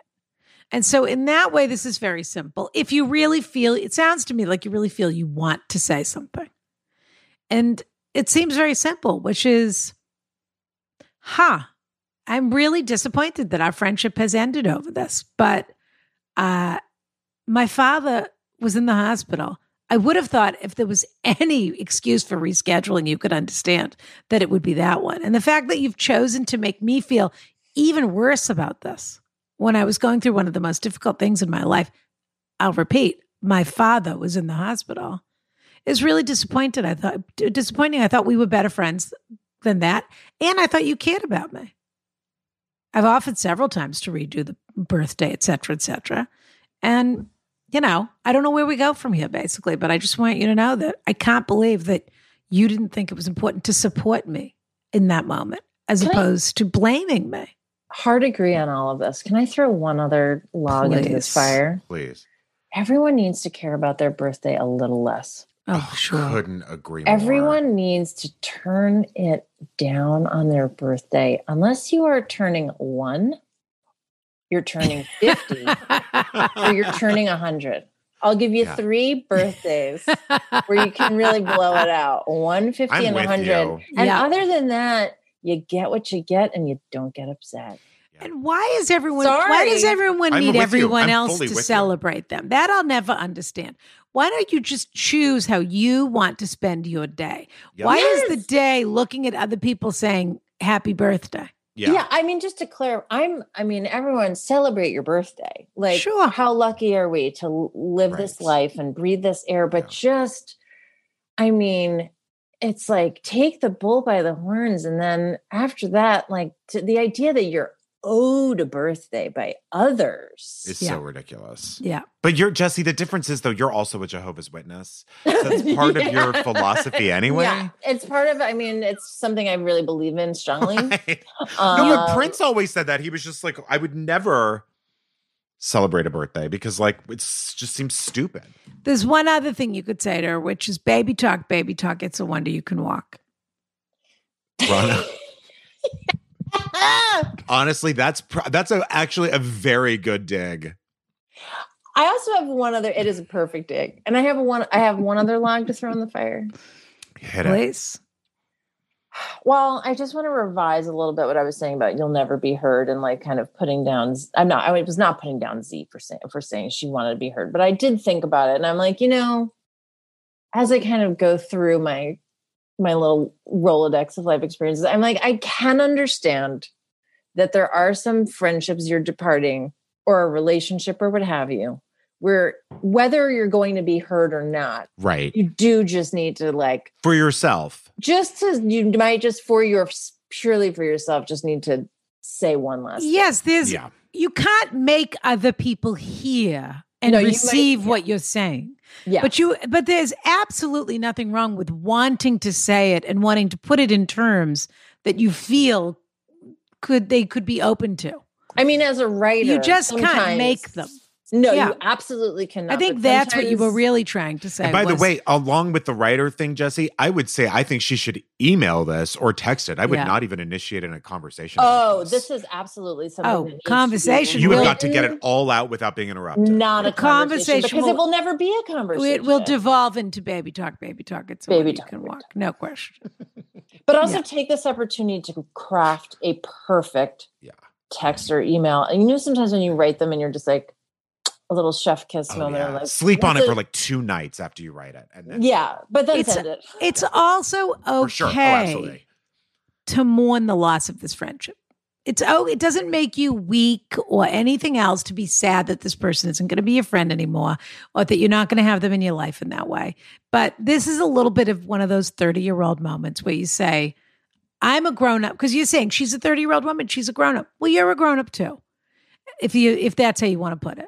Speaker 2: And so, in that way, this is very simple. If you really feel, it sounds to me like you really feel you want to say something. And it seems very simple, which is, huh, I'm really disappointed that our friendship has ended over this. But uh, my father was in the hospital. I would have thought if there was any excuse for rescheduling, you could understand that it would be that one. And the fact that you've chosen to make me feel even worse about this when I was going through one of the most difficult things in my life, I'll repeat, my father was in the hospital, is really disappointed. I thought disappointing. I thought we were better friends than that. And I thought you cared about me. I've offered several times to redo the birthday, et cetera, et cetera. And you know, I don't know where we go from here, basically, but I just want you to know that I can't believe that you didn't think it was important to support me in that moment as
Speaker 3: Can I-
Speaker 2: opposed to blaming me.
Speaker 3: hard agree on all of this. Can I throw one other log into this
Speaker 2: Please.
Speaker 3: fire?
Speaker 1: Please.
Speaker 3: Everyone needs to care about their birthday a little less.
Speaker 2: Oh, sure.
Speaker 1: Couldn't agree more.
Speaker 3: Everyone needs to turn it down on their birthday. Unless you are turning one, you're turning 50, or oh, you're turning 100. I'll give you
Speaker 1: Yeah.
Speaker 3: three birthdays where you can really blow it out 150
Speaker 1: I'm
Speaker 3: and
Speaker 1: with
Speaker 3: 100.
Speaker 1: you.
Speaker 3: And
Speaker 2: Yeah.
Speaker 3: other than that, you get what you get and you don't get upset.
Speaker 2: And why is everyone? Why
Speaker 3: Sorry.
Speaker 2: does everyone
Speaker 1: I'm
Speaker 2: need
Speaker 1: with you.
Speaker 2: everyone
Speaker 1: I'm
Speaker 2: else
Speaker 1: fully
Speaker 2: to
Speaker 1: with you.
Speaker 2: celebrate them? That I'll never understand. Why don't you just choose how you want to spend your day?
Speaker 1: Yep.
Speaker 2: Why is
Speaker 3: Yes.
Speaker 2: the day looking at other people saying "Happy birthday"?
Speaker 3: Yeah.
Speaker 1: Yeah.
Speaker 3: I mean, just to clarify, I'm, I mean, everyone celebrate your birthday. Like,
Speaker 2: Sure.
Speaker 3: how lucky are we to l- live this
Speaker 1: Right.
Speaker 3: life and breathe this air? But just, I mean, it's like take the bull by the horns. And then after that, like to, the idea that you're owed a birthday by others.
Speaker 1: It's
Speaker 2: Yeah.
Speaker 1: so ridiculous.
Speaker 2: Yeah.
Speaker 1: But you're Jesse, the difference is though, you're also a Jehovah's Witness. So that's part of your
Speaker 3: Yeah.
Speaker 1: philosophy anyway.
Speaker 3: Yeah, it's part of. I mean, it's something I really believe in strongly.
Speaker 1: Right.
Speaker 3: Um,
Speaker 1: no, but Prince always said that. He was just like, I would never celebrate a birthday because like it just seems stupid.
Speaker 2: There's one other thing you could say to her, which is "Baby talk, baby talk. It's a wonder you can walk."
Speaker 1: Rana. Honestly, that's pr- that's a, actually a very good dig.
Speaker 3: I also have one other. It is a perfect dig, and I have one. I have one other log to throw in the fire.
Speaker 1: Hit it.
Speaker 2: Please.
Speaker 3: Well, I just want to revise a little bit what I was saying about you'll never be heard and like kind of putting down. I'm not. I was not putting down Z for saying for saying she wanted to be heard, but I did think about it, and I'm like, you know, as I kind of go through my my little rolodex of life experiences, I'm like, I can understand that there are some friendships you're departing or a relationship or what have you, where whether you're going to be heard or not,
Speaker 1: Right.
Speaker 3: you do just need to like
Speaker 1: For yourself.
Speaker 3: just to you might just for your purely for yourself just need to say one last
Speaker 2: Yes, there's.
Speaker 1: Yeah.
Speaker 2: You can't make other people hear and
Speaker 3: No, you might-
Speaker 2: receive
Speaker 3: yeah.
Speaker 2: what you're saying.
Speaker 3: thing. yeah
Speaker 2: But you but there's absolutely nothing wrong with wanting to say it and wanting to put it in terms that you feel could they could be open to.
Speaker 3: i mean as a writer
Speaker 2: You just can't
Speaker 3: sometimes-
Speaker 2: make them.
Speaker 3: no
Speaker 2: yeah.
Speaker 3: you absolutely cannot
Speaker 2: I think
Speaker 3: but
Speaker 2: that's what you were
Speaker 3: sometimes-
Speaker 2: really trying to say.
Speaker 1: And by the
Speaker 2: was-
Speaker 1: way, along with the writer thing, Jesse, I would say I think she should email this or text it. I would
Speaker 2: Yeah.
Speaker 1: not even initiate in a conversation. about
Speaker 3: oh this is absolutely something
Speaker 2: Oh,
Speaker 3: that needs to be
Speaker 2: conversation
Speaker 1: you have
Speaker 2: will-
Speaker 1: got to get it all out without being interrupted.
Speaker 3: not a
Speaker 2: The
Speaker 3: conversation,
Speaker 2: conversation
Speaker 3: because
Speaker 2: will-
Speaker 3: it will never be a conversation
Speaker 2: it will devolve into baby talk, baby talk. It's a
Speaker 3: Baby
Speaker 2: way you
Speaker 3: talk,
Speaker 2: can
Speaker 3: baby
Speaker 2: walk. No question.
Speaker 3: but also
Speaker 2: yeah.
Speaker 3: take this opportunity to craft a perfect
Speaker 1: Yeah.
Speaker 3: text or email and you know sometimes when you write them and you're just like a little chef kiss
Speaker 1: Oh,
Speaker 3: moment
Speaker 1: yeah.
Speaker 3: or like
Speaker 1: Sleep on
Speaker 3: what's
Speaker 1: it for like two nights after you write it. And then
Speaker 3: yeah but then
Speaker 2: It's-
Speaker 3: send it
Speaker 2: It's also okay
Speaker 1: for sure. Oh, absolutely.
Speaker 2: to mourn the loss of this friendship. It's oh, it doesn't make you weak or anything else to be sad that this person isn't going to be your friend anymore or that you're not going to have them in your life in that way. But this is a little bit of one of those 30 year old moments where you say, I'm a grown up because you're saying she's a 30 year old woman, she's a grown up. Well, you're a grown up too. If you if that's how you want to put it.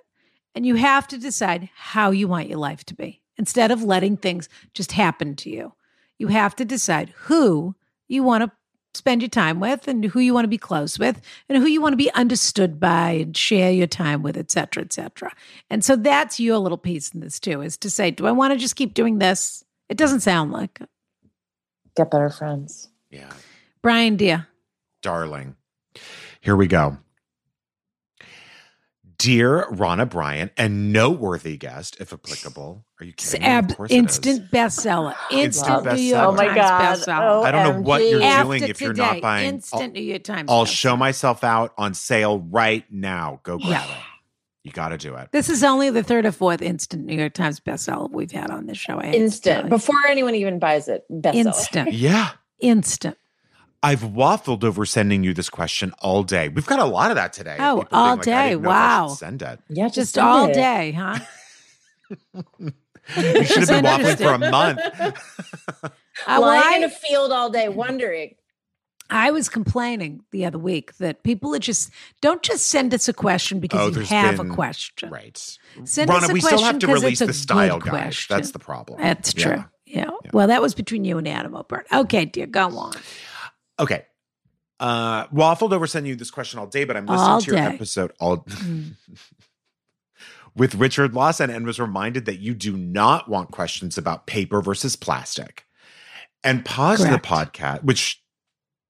Speaker 2: And you have to decide how you want your life to be instead of letting things just happen to you. You have to decide who you want to spend your time with and who you want to be close with and who you want to be understood by and share your time with, et cetera, et cetera. And so that's your little piece in this too, is to say, do I want to just keep doing this? It doesn't sound like it.
Speaker 3: get better friends
Speaker 1: Yeah.
Speaker 2: Brian, dear.
Speaker 1: Darling. Here we go. Dear Ronna Bryant and noteworthy guest, if applicable. Are you
Speaker 2: It's
Speaker 1: kidding? me? Of
Speaker 2: ab-
Speaker 1: course it is.
Speaker 2: instant bestseller. Instant
Speaker 1: Instant
Speaker 2: New York
Speaker 3: Oh
Speaker 1: bestseller.
Speaker 2: Times bestseller.
Speaker 1: I don't know what you're
Speaker 3: OMG.
Speaker 1: doing.
Speaker 2: After
Speaker 1: if you're
Speaker 2: today,
Speaker 1: not buying-
Speaker 2: instant New York Times.
Speaker 1: I'll
Speaker 2: bestseller.
Speaker 1: show myself out on sale right now. Go grab
Speaker 2: Yeah.
Speaker 1: it. You got to do it.
Speaker 2: This is only the third or fourth instant New York Times bestseller we've had on this show. I hate to
Speaker 3: Instant.
Speaker 2: tell
Speaker 3: Before anyone even buys it.
Speaker 2: you.
Speaker 3: Bestseller.
Speaker 2: instant,
Speaker 1: Yeah.
Speaker 2: instant.
Speaker 1: I've waffled over sending you this question all day. We've got a lot of that today.
Speaker 2: Oh,
Speaker 1: People being
Speaker 2: all
Speaker 1: like, I
Speaker 2: day.
Speaker 1: didn't know if I should
Speaker 2: Wow.
Speaker 1: Send it.
Speaker 3: Yeah,
Speaker 2: Just, all
Speaker 3: send it.
Speaker 2: day, huh?
Speaker 1: We should have been
Speaker 2: Send it.
Speaker 1: waffling for a month.
Speaker 2: Uh, well,
Speaker 3: Lying in
Speaker 2: I,
Speaker 3: a field all day wondering.
Speaker 2: I was complaining the other week that people are just don't just send us a question
Speaker 1: Oh,
Speaker 2: because you
Speaker 1: there's
Speaker 2: have
Speaker 1: been-
Speaker 2: a question.
Speaker 1: Right.
Speaker 2: Send us
Speaker 1: Rana,
Speaker 2: a
Speaker 1: we still have
Speaker 2: question
Speaker 1: to
Speaker 2: 'cause
Speaker 1: release
Speaker 2: it's a
Speaker 1: the style guide.
Speaker 2: good question.
Speaker 1: That's the problem.
Speaker 2: That's
Speaker 1: Yeah.
Speaker 2: true. Yeah. Well, that was between you and Adam O'Byrne. Okay, dear, go on.
Speaker 1: Okay. Uh, waffled over sending you this question all day, but I'm listening
Speaker 2: All
Speaker 1: to your
Speaker 2: day.
Speaker 1: episode all
Speaker 2: Mm.
Speaker 1: with Richard Lawson and was reminded that you do not want questions about paper versus plastic. And paused
Speaker 2: Correct.
Speaker 1: the podcast, which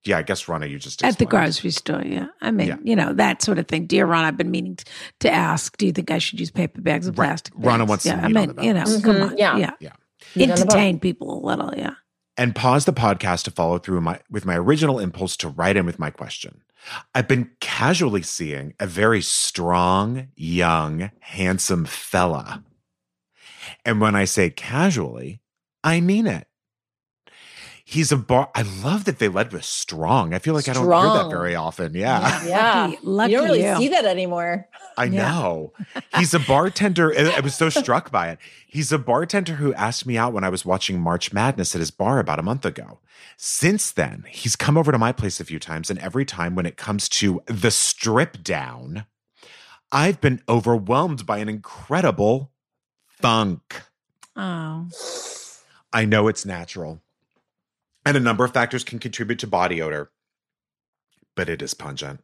Speaker 1: yeah, I guess Rana, you just
Speaker 2: At the
Speaker 1: explained.
Speaker 2: grocery store, yeah. I mean,
Speaker 1: Yeah.
Speaker 2: you know, that sort of thing. Dear Ron, I've been meaning t- to ask, do you think I should use paper bags or
Speaker 1: Right.
Speaker 2: plastic bags?
Speaker 1: Ronna wants
Speaker 2: yeah,
Speaker 1: some
Speaker 2: I
Speaker 1: meat on
Speaker 2: mean,
Speaker 1: the
Speaker 2: you know,
Speaker 1: bones.
Speaker 2: come
Speaker 3: Mhm,
Speaker 2: on.
Speaker 3: yeah.
Speaker 2: Yeah.
Speaker 3: Meat on the bones.
Speaker 2: Entertain people a little, yeah.
Speaker 1: and pause the podcast to follow through my, with my original impulse to write in with my question. I've been casually seeing a very strong, young, handsome fella. And when I say casually, I mean it. He's a bar. I love that they led with strong. I feel like I don't hear that
Speaker 3: Strong.
Speaker 1: very often. Yeah,
Speaker 3: Yeah.
Speaker 2: Lucky, lucky
Speaker 3: you don't really
Speaker 2: you.
Speaker 3: see that anymore.
Speaker 1: I
Speaker 2: Yeah.
Speaker 1: know. He's a bartender. I I was so struck by it. He's a bartender who asked me out when I was watching March Madness at his bar about a month ago. Since then, he's come over to my place a few times, and every time when it comes to the strip down, I've been overwhelmed by an incredible funk.
Speaker 2: Oh.
Speaker 1: I know it's natural. And a number of factors can contribute to body odor, but it is pungent.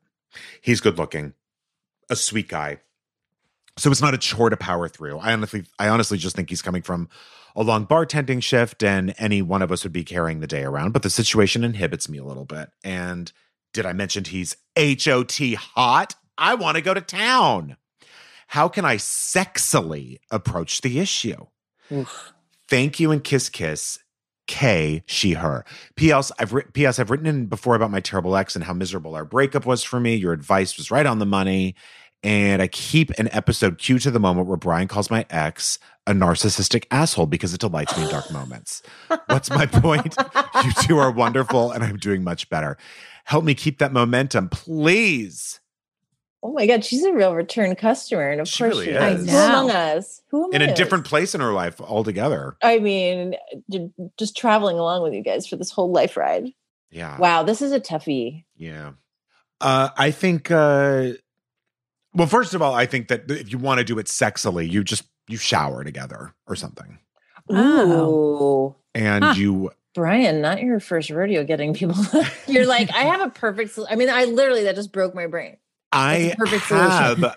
Speaker 1: He's good looking, a sweet guy. So it's not a chore to power through. I honestly, I honestly just think he's coming from a long bartending shift, and any one of us would be carrying the day around. But the situation inhibits me a little bit. And did I mention he's hot hot? I want to go to town. How can I sexily approach the issue? Thank you and kiss kiss. K she her. P.S. I've writ- P.S. I've written in before about my terrible ex and how miserable our breakup was for me. Your advice was right on the money, and I keep an episode cue to the moment where Brian calls my ex a narcissistic asshole because it delights me in dark moments. What's my point? You two are wonderful, and I'm doing much better. Help me keep that momentum, please.
Speaker 3: Oh my God, she's a real return customer. And of
Speaker 1: She
Speaker 3: course
Speaker 1: really
Speaker 3: she
Speaker 1: is.
Speaker 3: is.
Speaker 2: I
Speaker 3: Who
Speaker 2: know.
Speaker 3: among us? Who among
Speaker 1: In a
Speaker 3: us?
Speaker 1: different place in her life altogether.
Speaker 3: I mean, j- just traveling along with you guys for this whole life ride.
Speaker 1: Yeah.
Speaker 3: Wow, this is a toughie.
Speaker 1: Yeah. Uh, I think, uh, well, first of all, I think that if you want to do it sexily, you just, you shower together or something.
Speaker 2: Oh.
Speaker 3: Ooh.
Speaker 1: And
Speaker 2: Huh.
Speaker 1: you,
Speaker 3: Brian, not your first rodeo getting people. You're like, I have a perfect. sol- I mean, I literally, that just broke my brain.
Speaker 1: I
Speaker 3: That's a perfect solution.
Speaker 1: have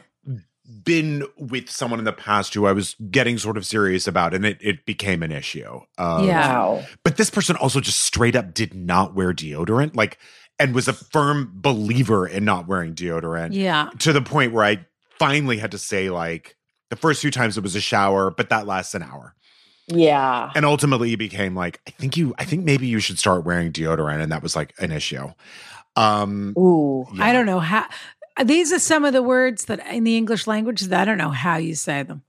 Speaker 1: been with someone in the past who I was getting sort of serious about and it, it became an issue. Uh,
Speaker 2: Yeah.
Speaker 3: Wow.
Speaker 1: But this person also just straight up did not wear deodorant, like, and was a firm believer in not wearing deodorant.
Speaker 2: Yeah.
Speaker 1: to the point where I finally had to say like the first few times it was a shower, but that lasts an hour.
Speaker 3: Yeah.
Speaker 1: And ultimately it became like, I think you I think maybe you should start wearing deodorant. And that was like an issue. Um
Speaker 3: Ooh.
Speaker 2: I don't know how. These are some of the words that in the English language that I don't know how you say them.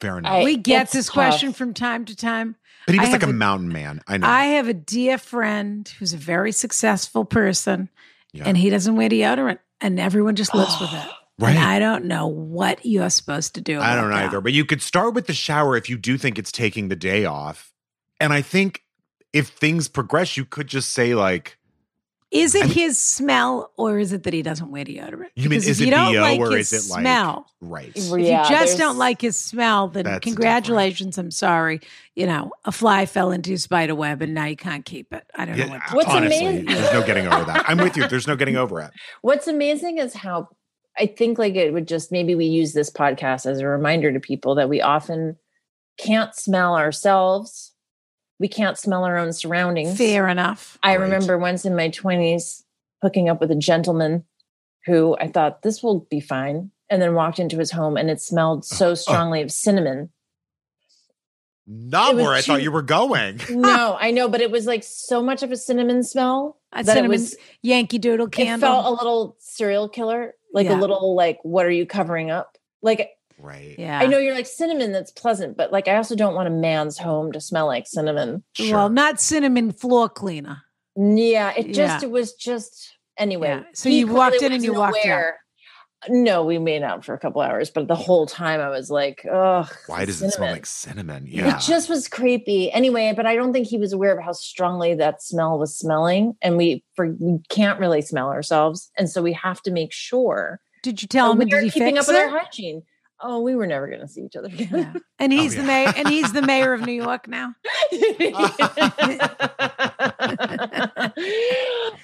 Speaker 1: fair enough.
Speaker 3: I-
Speaker 2: we get
Speaker 3: it's
Speaker 2: this
Speaker 3: tough.
Speaker 2: question from time to time.
Speaker 1: but he was
Speaker 2: I
Speaker 1: like a
Speaker 2: have a-
Speaker 1: mountain man. I know.
Speaker 2: I have a dear friend who's a very successful person
Speaker 1: Yeah.
Speaker 2: and he doesn't wear deodorant and everyone just lives with it.
Speaker 1: right.
Speaker 2: And
Speaker 1: I,
Speaker 2: I don't know what you're supposed to do. about
Speaker 1: don't know
Speaker 2: that.
Speaker 1: either. But you could start with the shower if you do think it's taking the day off. And I think if things progress, you could just say like
Speaker 2: Is it
Speaker 1: I mean-
Speaker 2: his smell or is it that he doesn't wear deodorant?
Speaker 1: you mean
Speaker 2: Because if
Speaker 1: is it
Speaker 2: you don't
Speaker 1: BO
Speaker 2: like
Speaker 1: or
Speaker 2: his
Speaker 1: is it like
Speaker 2: smell?
Speaker 1: right.
Speaker 2: If
Speaker 3: Yeah,
Speaker 2: you just
Speaker 3: there's-
Speaker 2: don't like his smell, then
Speaker 1: That's
Speaker 2: congratulations. I'm sorry. You know, a fly fell into your spider web and now you can't keep it. I don't know
Speaker 1: Yeah, uh,
Speaker 2: what. to-
Speaker 3: What's
Speaker 1: honestly,
Speaker 3: amazing-
Speaker 1: there's no getting over that. I'm with you. There's no getting over it.
Speaker 3: What's amazing is how I think like it would just maybe we use this podcast as a reminder to people that we often can't smell ourselves. We can't smell our own surroundings.
Speaker 2: Fair enough.
Speaker 3: I
Speaker 1: Right.
Speaker 3: remember once in my 20s hooking up with a gentleman who I thought this will be fine and then walked into his home and it smelled
Speaker 2: Oh.
Speaker 3: so strongly of cinnamon.
Speaker 1: Not
Speaker 3: It was
Speaker 1: where I thought
Speaker 3: too-
Speaker 1: you were going.
Speaker 3: No, I know, but it was like so much of a cinnamon smell
Speaker 2: A
Speaker 3: that it
Speaker 2: cinnamon
Speaker 3: was
Speaker 2: Yankee Doodle
Speaker 3: it
Speaker 2: candle.
Speaker 3: felt a little serial killer, like
Speaker 2: Yeah.
Speaker 3: a little like what are you covering up? Like
Speaker 1: Right.
Speaker 2: yeah.
Speaker 3: I know you're like cinnamon that's pleasant, but like I also don't want a man's home to smell like cinnamon.
Speaker 2: Well, not cinnamon floor cleaner.
Speaker 3: Yeah, it just
Speaker 2: Yeah.
Speaker 3: it was just anyway.
Speaker 2: Yeah. So
Speaker 3: he
Speaker 2: you walked
Speaker 3: probably
Speaker 2: in and you
Speaker 3: wasn't
Speaker 2: walked out.
Speaker 3: No, we made out for a couple hours, but the whole time I was like, ugh.
Speaker 1: Why does it smell like cinnamon? Yeah.
Speaker 3: It just was creepy. Anyway, but I don't think he was aware of how strongly that smell was smelling, and we for, we can't really smell ourselves, and so we have to make sure
Speaker 2: Did you tell him?
Speaker 3: that
Speaker 2: and Did he
Speaker 3: we are Oh, keeping
Speaker 2: fix
Speaker 3: up with our
Speaker 2: it?
Speaker 3: hygiene. Oh, we were never going to see each other
Speaker 2: Yeah.
Speaker 3: again.
Speaker 2: And he's
Speaker 1: Oh, yeah.
Speaker 2: the mayor. And he's the mayor of New York now.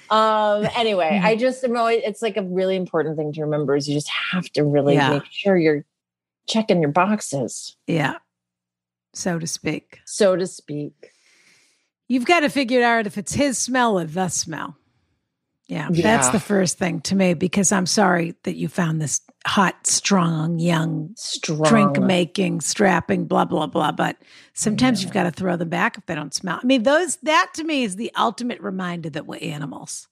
Speaker 3: um anyway i just am always it's like a really important thing to remember is you just have to really
Speaker 2: Yeah.
Speaker 3: make sure you're checking your boxes
Speaker 2: Yeah. So to speak.
Speaker 3: so to speak
Speaker 2: You've got to figure out if it's his smell or the smell. Yeah, that's
Speaker 3: Yeah.
Speaker 2: the first thing to me because I'm sorry that you found this hot, strong, young,
Speaker 3: strong
Speaker 2: drink making, strapping, blah, blah, blah. But sometimes you've got to throw them back if they don't smell. I mean, those, that to me is the ultimate reminder that we're animals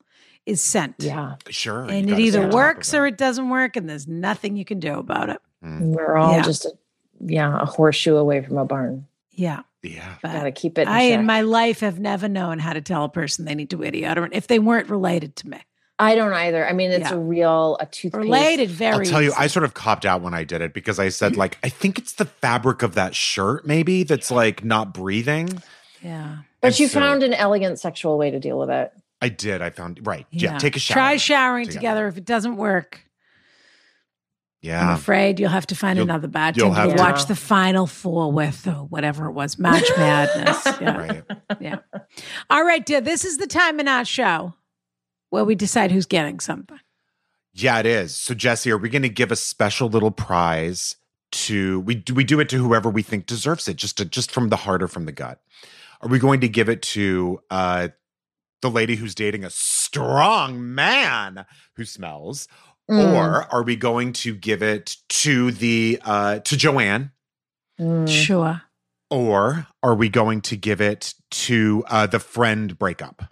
Speaker 2: is scent.
Speaker 3: yeah
Speaker 1: Sure. Oh, you
Speaker 2: And it
Speaker 1: gotta stay
Speaker 2: either
Speaker 1: on top
Speaker 2: works
Speaker 1: of
Speaker 2: or it doesn't work, and there's nothing you can do about it.
Speaker 1: Mm,
Speaker 3: we're all
Speaker 2: Yeah.
Speaker 3: just a, yeah a horseshoe away from a barn
Speaker 2: Yeah.
Speaker 1: yeah.
Speaker 2: But
Speaker 3: gotta keep it in
Speaker 2: Uh, I, in
Speaker 3: check.
Speaker 2: my life, have never known how to tell a person they need to wear deodorant if they weren't related to me.
Speaker 3: i don't either i mean it's
Speaker 2: Yeah.
Speaker 3: a real a toothpaste
Speaker 2: Related, very.
Speaker 1: I'll tell you, I
Speaker 2: easy.
Speaker 1: sort of copped out when I did it because I said, like, I think it's the fabric of that shirt, maybe, that's like not breathing.
Speaker 2: yeah.
Speaker 3: but
Speaker 1: And
Speaker 3: you
Speaker 1: so-
Speaker 3: found an elegant sexual way to deal with it
Speaker 1: I did. I found, right. Yeah. Take a shower.
Speaker 2: Try showering together.
Speaker 1: together.
Speaker 2: If it doesn't work, I'm
Speaker 1: yeah.
Speaker 2: afraid you'll have to find
Speaker 1: You'll-
Speaker 2: another bartender
Speaker 1: have
Speaker 2: to
Speaker 3: to.
Speaker 2: watch the final four with, or whatever it was, March Madness. Yeah.
Speaker 1: Right.
Speaker 2: All right, dear. This is the time in our show where we decide who's getting something.
Speaker 1: Yeah, it is. So, Jesse, are we going to give a special little prize to we do we do it to whoever we think deserves it, just to, just from the heart or from the gut? Are we going to give it to uh, the lady who's dating a strong man who smells,
Speaker 3: Mm-hmm.
Speaker 2: Mm.
Speaker 1: or are we going to give it to the uh, to Joanne,
Speaker 3: Mm. Mm.
Speaker 2: Sure.
Speaker 1: or are we going to give it to uh, the friend breakup?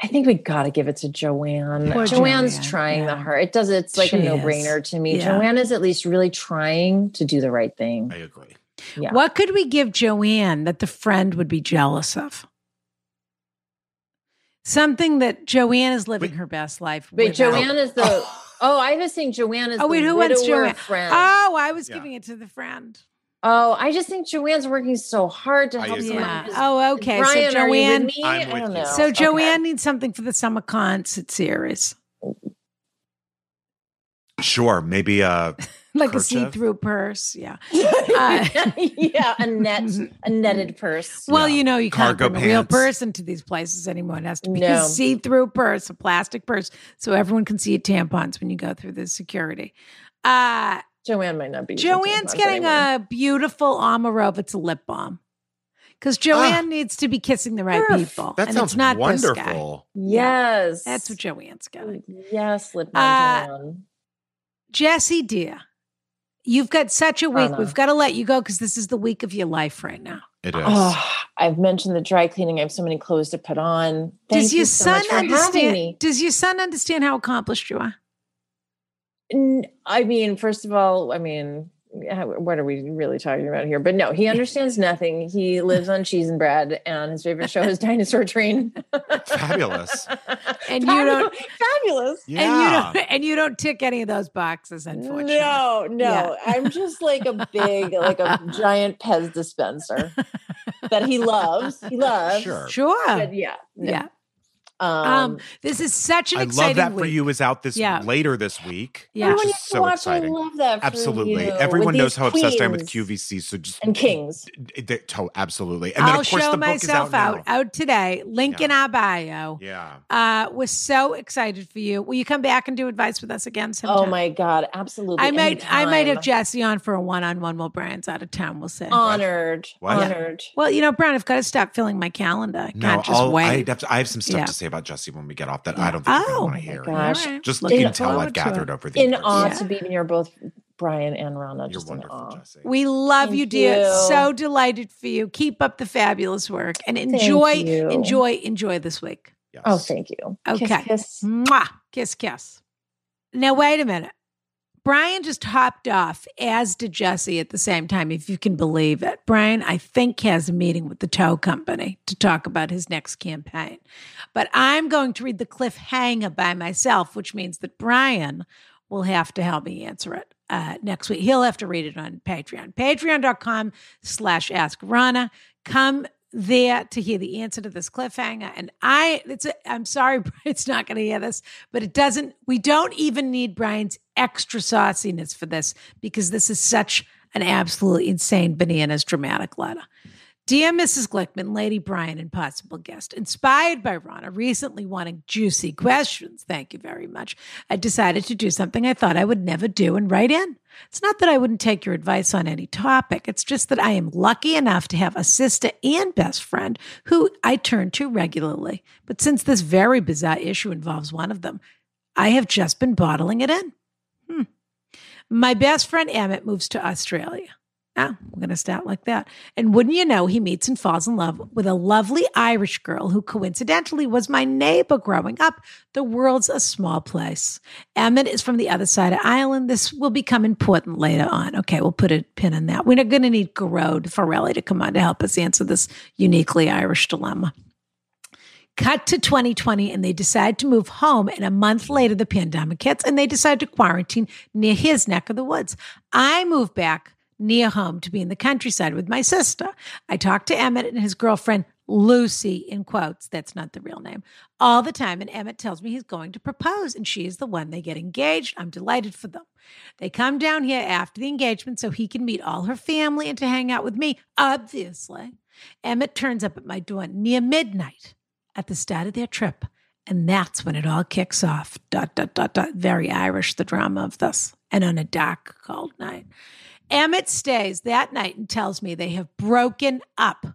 Speaker 3: I think we got to give it to Joanne.
Speaker 2: Poor
Speaker 3: Joanne's
Speaker 2: Joanne,
Speaker 3: trying
Speaker 2: yeah.
Speaker 3: the hard. It does. It's like
Speaker 2: She
Speaker 3: a
Speaker 2: is.
Speaker 3: no-brainer to me.
Speaker 2: Yeah.
Speaker 3: Joanne is at least really trying to do the right thing.
Speaker 1: I agree.
Speaker 3: Yeah.
Speaker 2: What could we give Joanne that the friend would be jealous of? Something that Joanne is living
Speaker 1: Wait.
Speaker 2: her best life.
Speaker 3: Wait,
Speaker 2: without.
Speaker 3: Joanne is the. oh, I was saying Joanne is
Speaker 2: Oh,
Speaker 3: the
Speaker 2: wait, who wants
Speaker 3: widower
Speaker 2: Joanne?
Speaker 3: friend.
Speaker 2: Oh, I was
Speaker 1: Yeah.
Speaker 2: giving it to the friend.
Speaker 3: oh, I just think Joanne's working so hard to
Speaker 1: I
Speaker 3: help.
Speaker 1: agree.
Speaker 3: someone
Speaker 2: Yeah.
Speaker 3: who's-
Speaker 2: Oh, okay.
Speaker 3: Brian,
Speaker 2: so
Speaker 3: are you with
Speaker 2: Joanne.
Speaker 3: me?
Speaker 1: I'm
Speaker 3: I
Speaker 1: with
Speaker 3: don't
Speaker 1: you.
Speaker 3: know.
Speaker 2: So
Speaker 3: Okay.
Speaker 2: Joanne needs something for the summer concert series,
Speaker 1: Sure, maybe uh,
Speaker 2: like a
Speaker 1: Kerchief?
Speaker 2: see-through purse. Yeah. Mm-hmm.
Speaker 3: yeah, a net,
Speaker 2: uh,
Speaker 3: a netted purse.
Speaker 2: Well,
Speaker 1: Yeah.
Speaker 2: you know, you can't
Speaker 1: Cargo
Speaker 2: bring a real
Speaker 1: pants.
Speaker 2: person to these places anymore. It has to be a
Speaker 3: No.
Speaker 2: see-through purse, a plastic purse, so everyone can see your tampons when you go through the security. Uh,
Speaker 3: Joanne might not be. using
Speaker 2: Joanne's
Speaker 3: tampons
Speaker 2: getting
Speaker 3: anymore.
Speaker 2: a beautiful Omarovitz lip balm because Joanne needs to be kissing the right
Speaker 3: Oof,
Speaker 2: people,
Speaker 1: Ah. that
Speaker 2: and
Speaker 1: sounds
Speaker 2: it's not
Speaker 1: wonderful.
Speaker 2: this guy.
Speaker 3: yes.
Speaker 2: That's what Joanne's getting.
Speaker 3: Yes, lip
Speaker 2: Uh,
Speaker 3: balm. Joanne.
Speaker 2: Jesse, dear, you've got such a week.
Speaker 3: Anna.
Speaker 2: We've got to let you go because this is the week of your life right now.
Speaker 1: It is.
Speaker 3: Oh, I've mentioned the dry cleaning. I have so many clothes to put on. Thank
Speaker 2: does
Speaker 3: you
Speaker 2: your
Speaker 3: so
Speaker 2: son
Speaker 3: much for having
Speaker 2: understand?
Speaker 3: me.
Speaker 2: Does your son understand how accomplished you are?
Speaker 3: N- I mean, first of all, I mean, how- what are we really talking about here? But no, he understands nothing. He lives on cheese and bread, and his favorite show is Dinosaur Train.
Speaker 1: Fabulous.
Speaker 2: And you don't-
Speaker 3: fabulous.
Speaker 1: yeah.
Speaker 2: And you don't and you don't tick any of those boxes, unfortunately.
Speaker 3: No, no,
Speaker 2: Yeah.
Speaker 3: I'm just like a big, like a giant Pez dispenser that he loves. He loves.
Speaker 1: Sure.
Speaker 2: Sure.
Speaker 3: But yeah, no.
Speaker 2: Oh. Yeah.
Speaker 3: Um,
Speaker 2: Um, this is such an
Speaker 1: I love
Speaker 2: exciting
Speaker 1: that
Speaker 2: week.
Speaker 1: for you is out this
Speaker 2: Yeah.
Speaker 1: later this week.
Speaker 2: Yeah.
Speaker 1: which
Speaker 3: Everyone
Speaker 1: is
Speaker 3: needs to
Speaker 1: so
Speaker 3: watch.
Speaker 1: exciting.
Speaker 3: I love that. for
Speaker 1: Absolutely,
Speaker 3: you. With
Speaker 1: everyone knows
Speaker 3: these
Speaker 1: how obsessed I am with
Speaker 3: queens
Speaker 1: QVC. So just
Speaker 3: and kings.
Speaker 1: d- d- to- absolutely, and then
Speaker 2: I'll
Speaker 1: of course
Speaker 2: show
Speaker 1: the book is out,
Speaker 2: myself out,
Speaker 1: now.
Speaker 2: out today. Link
Speaker 1: Yeah.
Speaker 2: in our bio.
Speaker 1: Yeah,
Speaker 2: Uh, we're so excited for you. Will you come back and do advice with us again sometime?
Speaker 3: Oh my god, absolutely.
Speaker 2: I might I might have
Speaker 3: Anytime.
Speaker 2: Jesse on for a one on one while Brian's out of town. We'll say.
Speaker 3: honored,
Speaker 1: What?
Speaker 3: honored.
Speaker 2: well, you know, Brian, I've got to stop filling my calendar. I
Speaker 1: no,
Speaker 2: can't just
Speaker 1: I'll, I,
Speaker 2: wait.
Speaker 1: have to- I have some stuff
Speaker 2: Yeah.
Speaker 1: to say about Jesse when we get off that
Speaker 2: Yeah.
Speaker 1: I don't think you
Speaker 2: Oh,
Speaker 1: want
Speaker 2: my
Speaker 1: to hear.
Speaker 3: gosh.
Speaker 1: Just
Speaker 2: All
Speaker 1: you
Speaker 2: right.
Speaker 1: can tell I've
Speaker 2: Looking forward to
Speaker 1: gathered
Speaker 2: it.
Speaker 1: over the
Speaker 3: In
Speaker 1: years.
Speaker 3: awe
Speaker 2: Yeah.
Speaker 3: to be near both Brian and Rana.
Speaker 1: You're
Speaker 3: Just in
Speaker 1: wonderful,
Speaker 3: awe.
Speaker 1: Jesse.
Speaker 2: We oh, love
Speaker 3: Thank
Speaker 2: you, dear.
Speaker 3: you.
Speaker 2: So delighted for you. Keep up the fabulous work and enjoy,
Speaker 3: you.
Speaker 2: enjoy, enjoy this week.
Speaker 1: Yes.
Speaker 3: Oh, thank you.
Speaker 2: Okay.
Speaker 3: Kiss, kiss.
Speaker 2: Mwah. Kiss, kiss. Now, wait a minute. Brian just hopped off, as did Jesse at the same time, if you can believe it. Brian, I think, has a meeting with the tow company to talk about his next campaign. But I'm going to read the cliffhanger by myself, which means that Brian will have to help me answer it uh, next week. He'll have to read it on Patreon. Patreon.com slash ask Rana. Come there to hear the answer to this cliffhanger. And I it's a, I'm sorry, Brian's not gonna hear this, but it doesn't we don't even need Brian's extra sauciness for this because this is such an absolutely insane bananas dramatic letter. Dear Mrs. Glickman, Lady Brian, and possible guest, inspired by Rana, recently wanting juicy questions, thank you very much, I decided to do something I thought I would never do and write in. It's not that I wouldn't take your advice on any topic, it's just that I am lucky enough to have a sister and best friend who I turn to regularly. But since this very bizarre issue involves one of them, I have just been bottling it in. Hmm. My best friend Emmett moves to Australia. Ah, we're going to start like that. And wouldn't you know, he meets and falls in love with a lovely Irish girl who coincidentally was my neighbor growing up. The world's a small place. Emmett is from the other side of Ireland. This will become important later on. Okay, we'll put a pin in that. We're not going to need Garode Farelli to come on to help us answer this uniquely Irish dilemma. Cut to 2020, and they decide to move home. And a month later, the pandemic hits, and they decide to quarantine near his neck of the woods. I move back near home to be in the countryside with my sister. I talked to Emmett and his girlfriend, Lucy, in quotes, that's not the real name, all the time. And Emmett tells me he's going to propose, and she is the one they get engaged. I'm delighted for them. They come down here after the engagement so he can meet all her family and to hang out with me, obviously. Emmett turns up at my door near midnight at the start of their trip. And that's when it all kicks off. Dot, dot, dot, dot. Very Irish, the drama of this. And on a dark, cold night. Emmett stays that night and tells me they have broken up.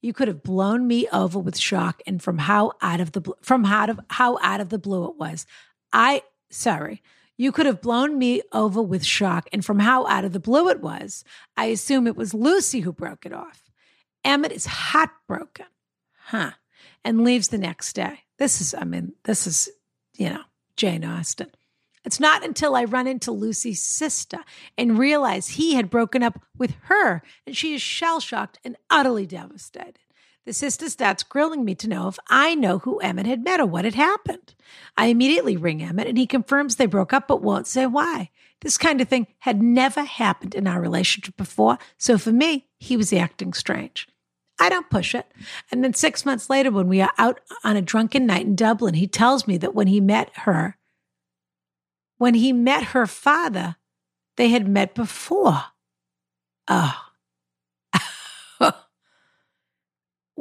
Speaker 2: You could have blown me over with shock and from how out of the bl- from how of how out of the blue it was. I sorry. You could have blown me over with shock and from how out of the blue it was. I assume it was Lucy who broke it off. Emmett is heartbroken. Huh. And leaves the next day. This is I mean this is, you know, Jane Austen. It's not until I run into Lucy's sister and realize he had broken up with her, and she is shell shocked and utterly devastated. The sister starts grilling me to know if I know who Emmett had met or what had happened. I immediately ring Emmett, and he confirms they broke up but won't say why. This kind of thing had never happened in our relationship before, so for me, he was acting strange. I don't push it. And then six months later, when we are out on a drunken night in Dublin, he tells me that when he met her, when he met her father, they had met before. Oh. well,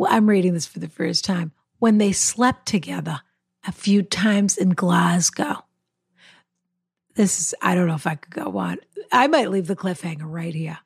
Speaker 2: I'm reading this for the first time. When they slept together a few times in Glasgow. This is, I don't know if I could go on. I might leave the cliffhanger right here.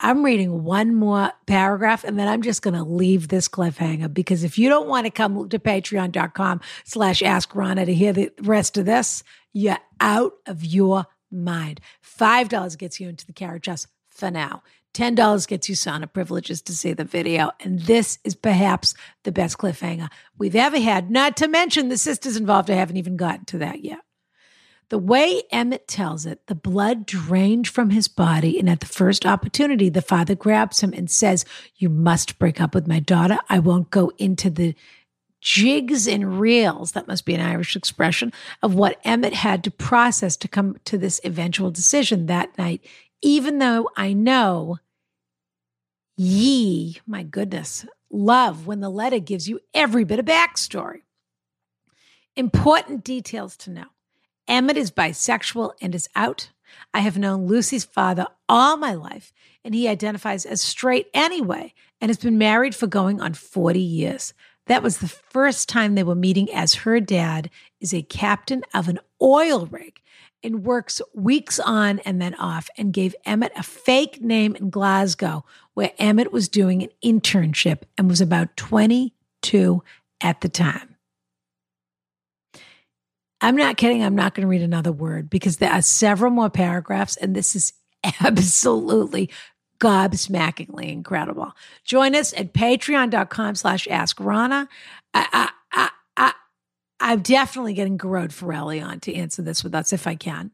Speaker 2: I'm reading one more paragraph and then I'm just going to leave this cliffhanger because if you don't want to come to patreon.com slash ask Rana to hear the rest of this, you're out of your mind. $5 gets you into the carriage house for now. $10 gets you sauna privileges to see the video. And this is perhaps the best cliffhanger we've ever had, not to mention the sisters involved. I haven't even gotten to that yet. The way Emmett tells it, the blood drained from his body, and at the first opportunity, the father grabs him and says, You must break up with my daughter. I won't go into the jigs and reels, that must be an Irish expression, of what Emmett had to process to come to this eventual decision that night, even though I know ye, my goodness, love when the letter gives you every bit of backstory. Important details to know. Emmett is bisexual and is out. I have known Lucy's father all my life, and he identifies as straight anyway and has been married for going on 40 years. That was the first time they were meeting, as her dad is a captain of an oil rig and works weeks on and then off, and gave Emmett a fake name in Glasgow, where Emmett was doing an internship and was about 22 at the time. I'm not kidding. I'm not going to read another word because there are several more paragraphs, and this is absolutely gobsmackingly incredible. Join us at patreon.com slash ask Rana. I, I, I, I, am definitely getting Garode Ferrelli on to answer this with us if I can.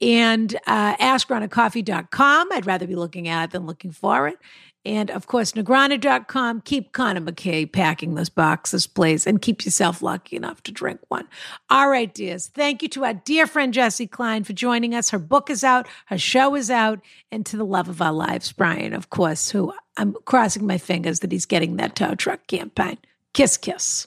Speaker 2: And uh, askronacoffee.com. I'd rather be looking at it than looking for it. And of course, Negrana.com. Keep Connor McKay packing those boxes, please, and keep yourself lucky enough to drink one. All right, dears. Thank you to our dear friend Jessie Klein for joining us. Her book is out, her show is out, and to the love of our lives, Brian, of course, who I'm crossing my fingers that he's getting that tow truck campaign. Kiss, kiss.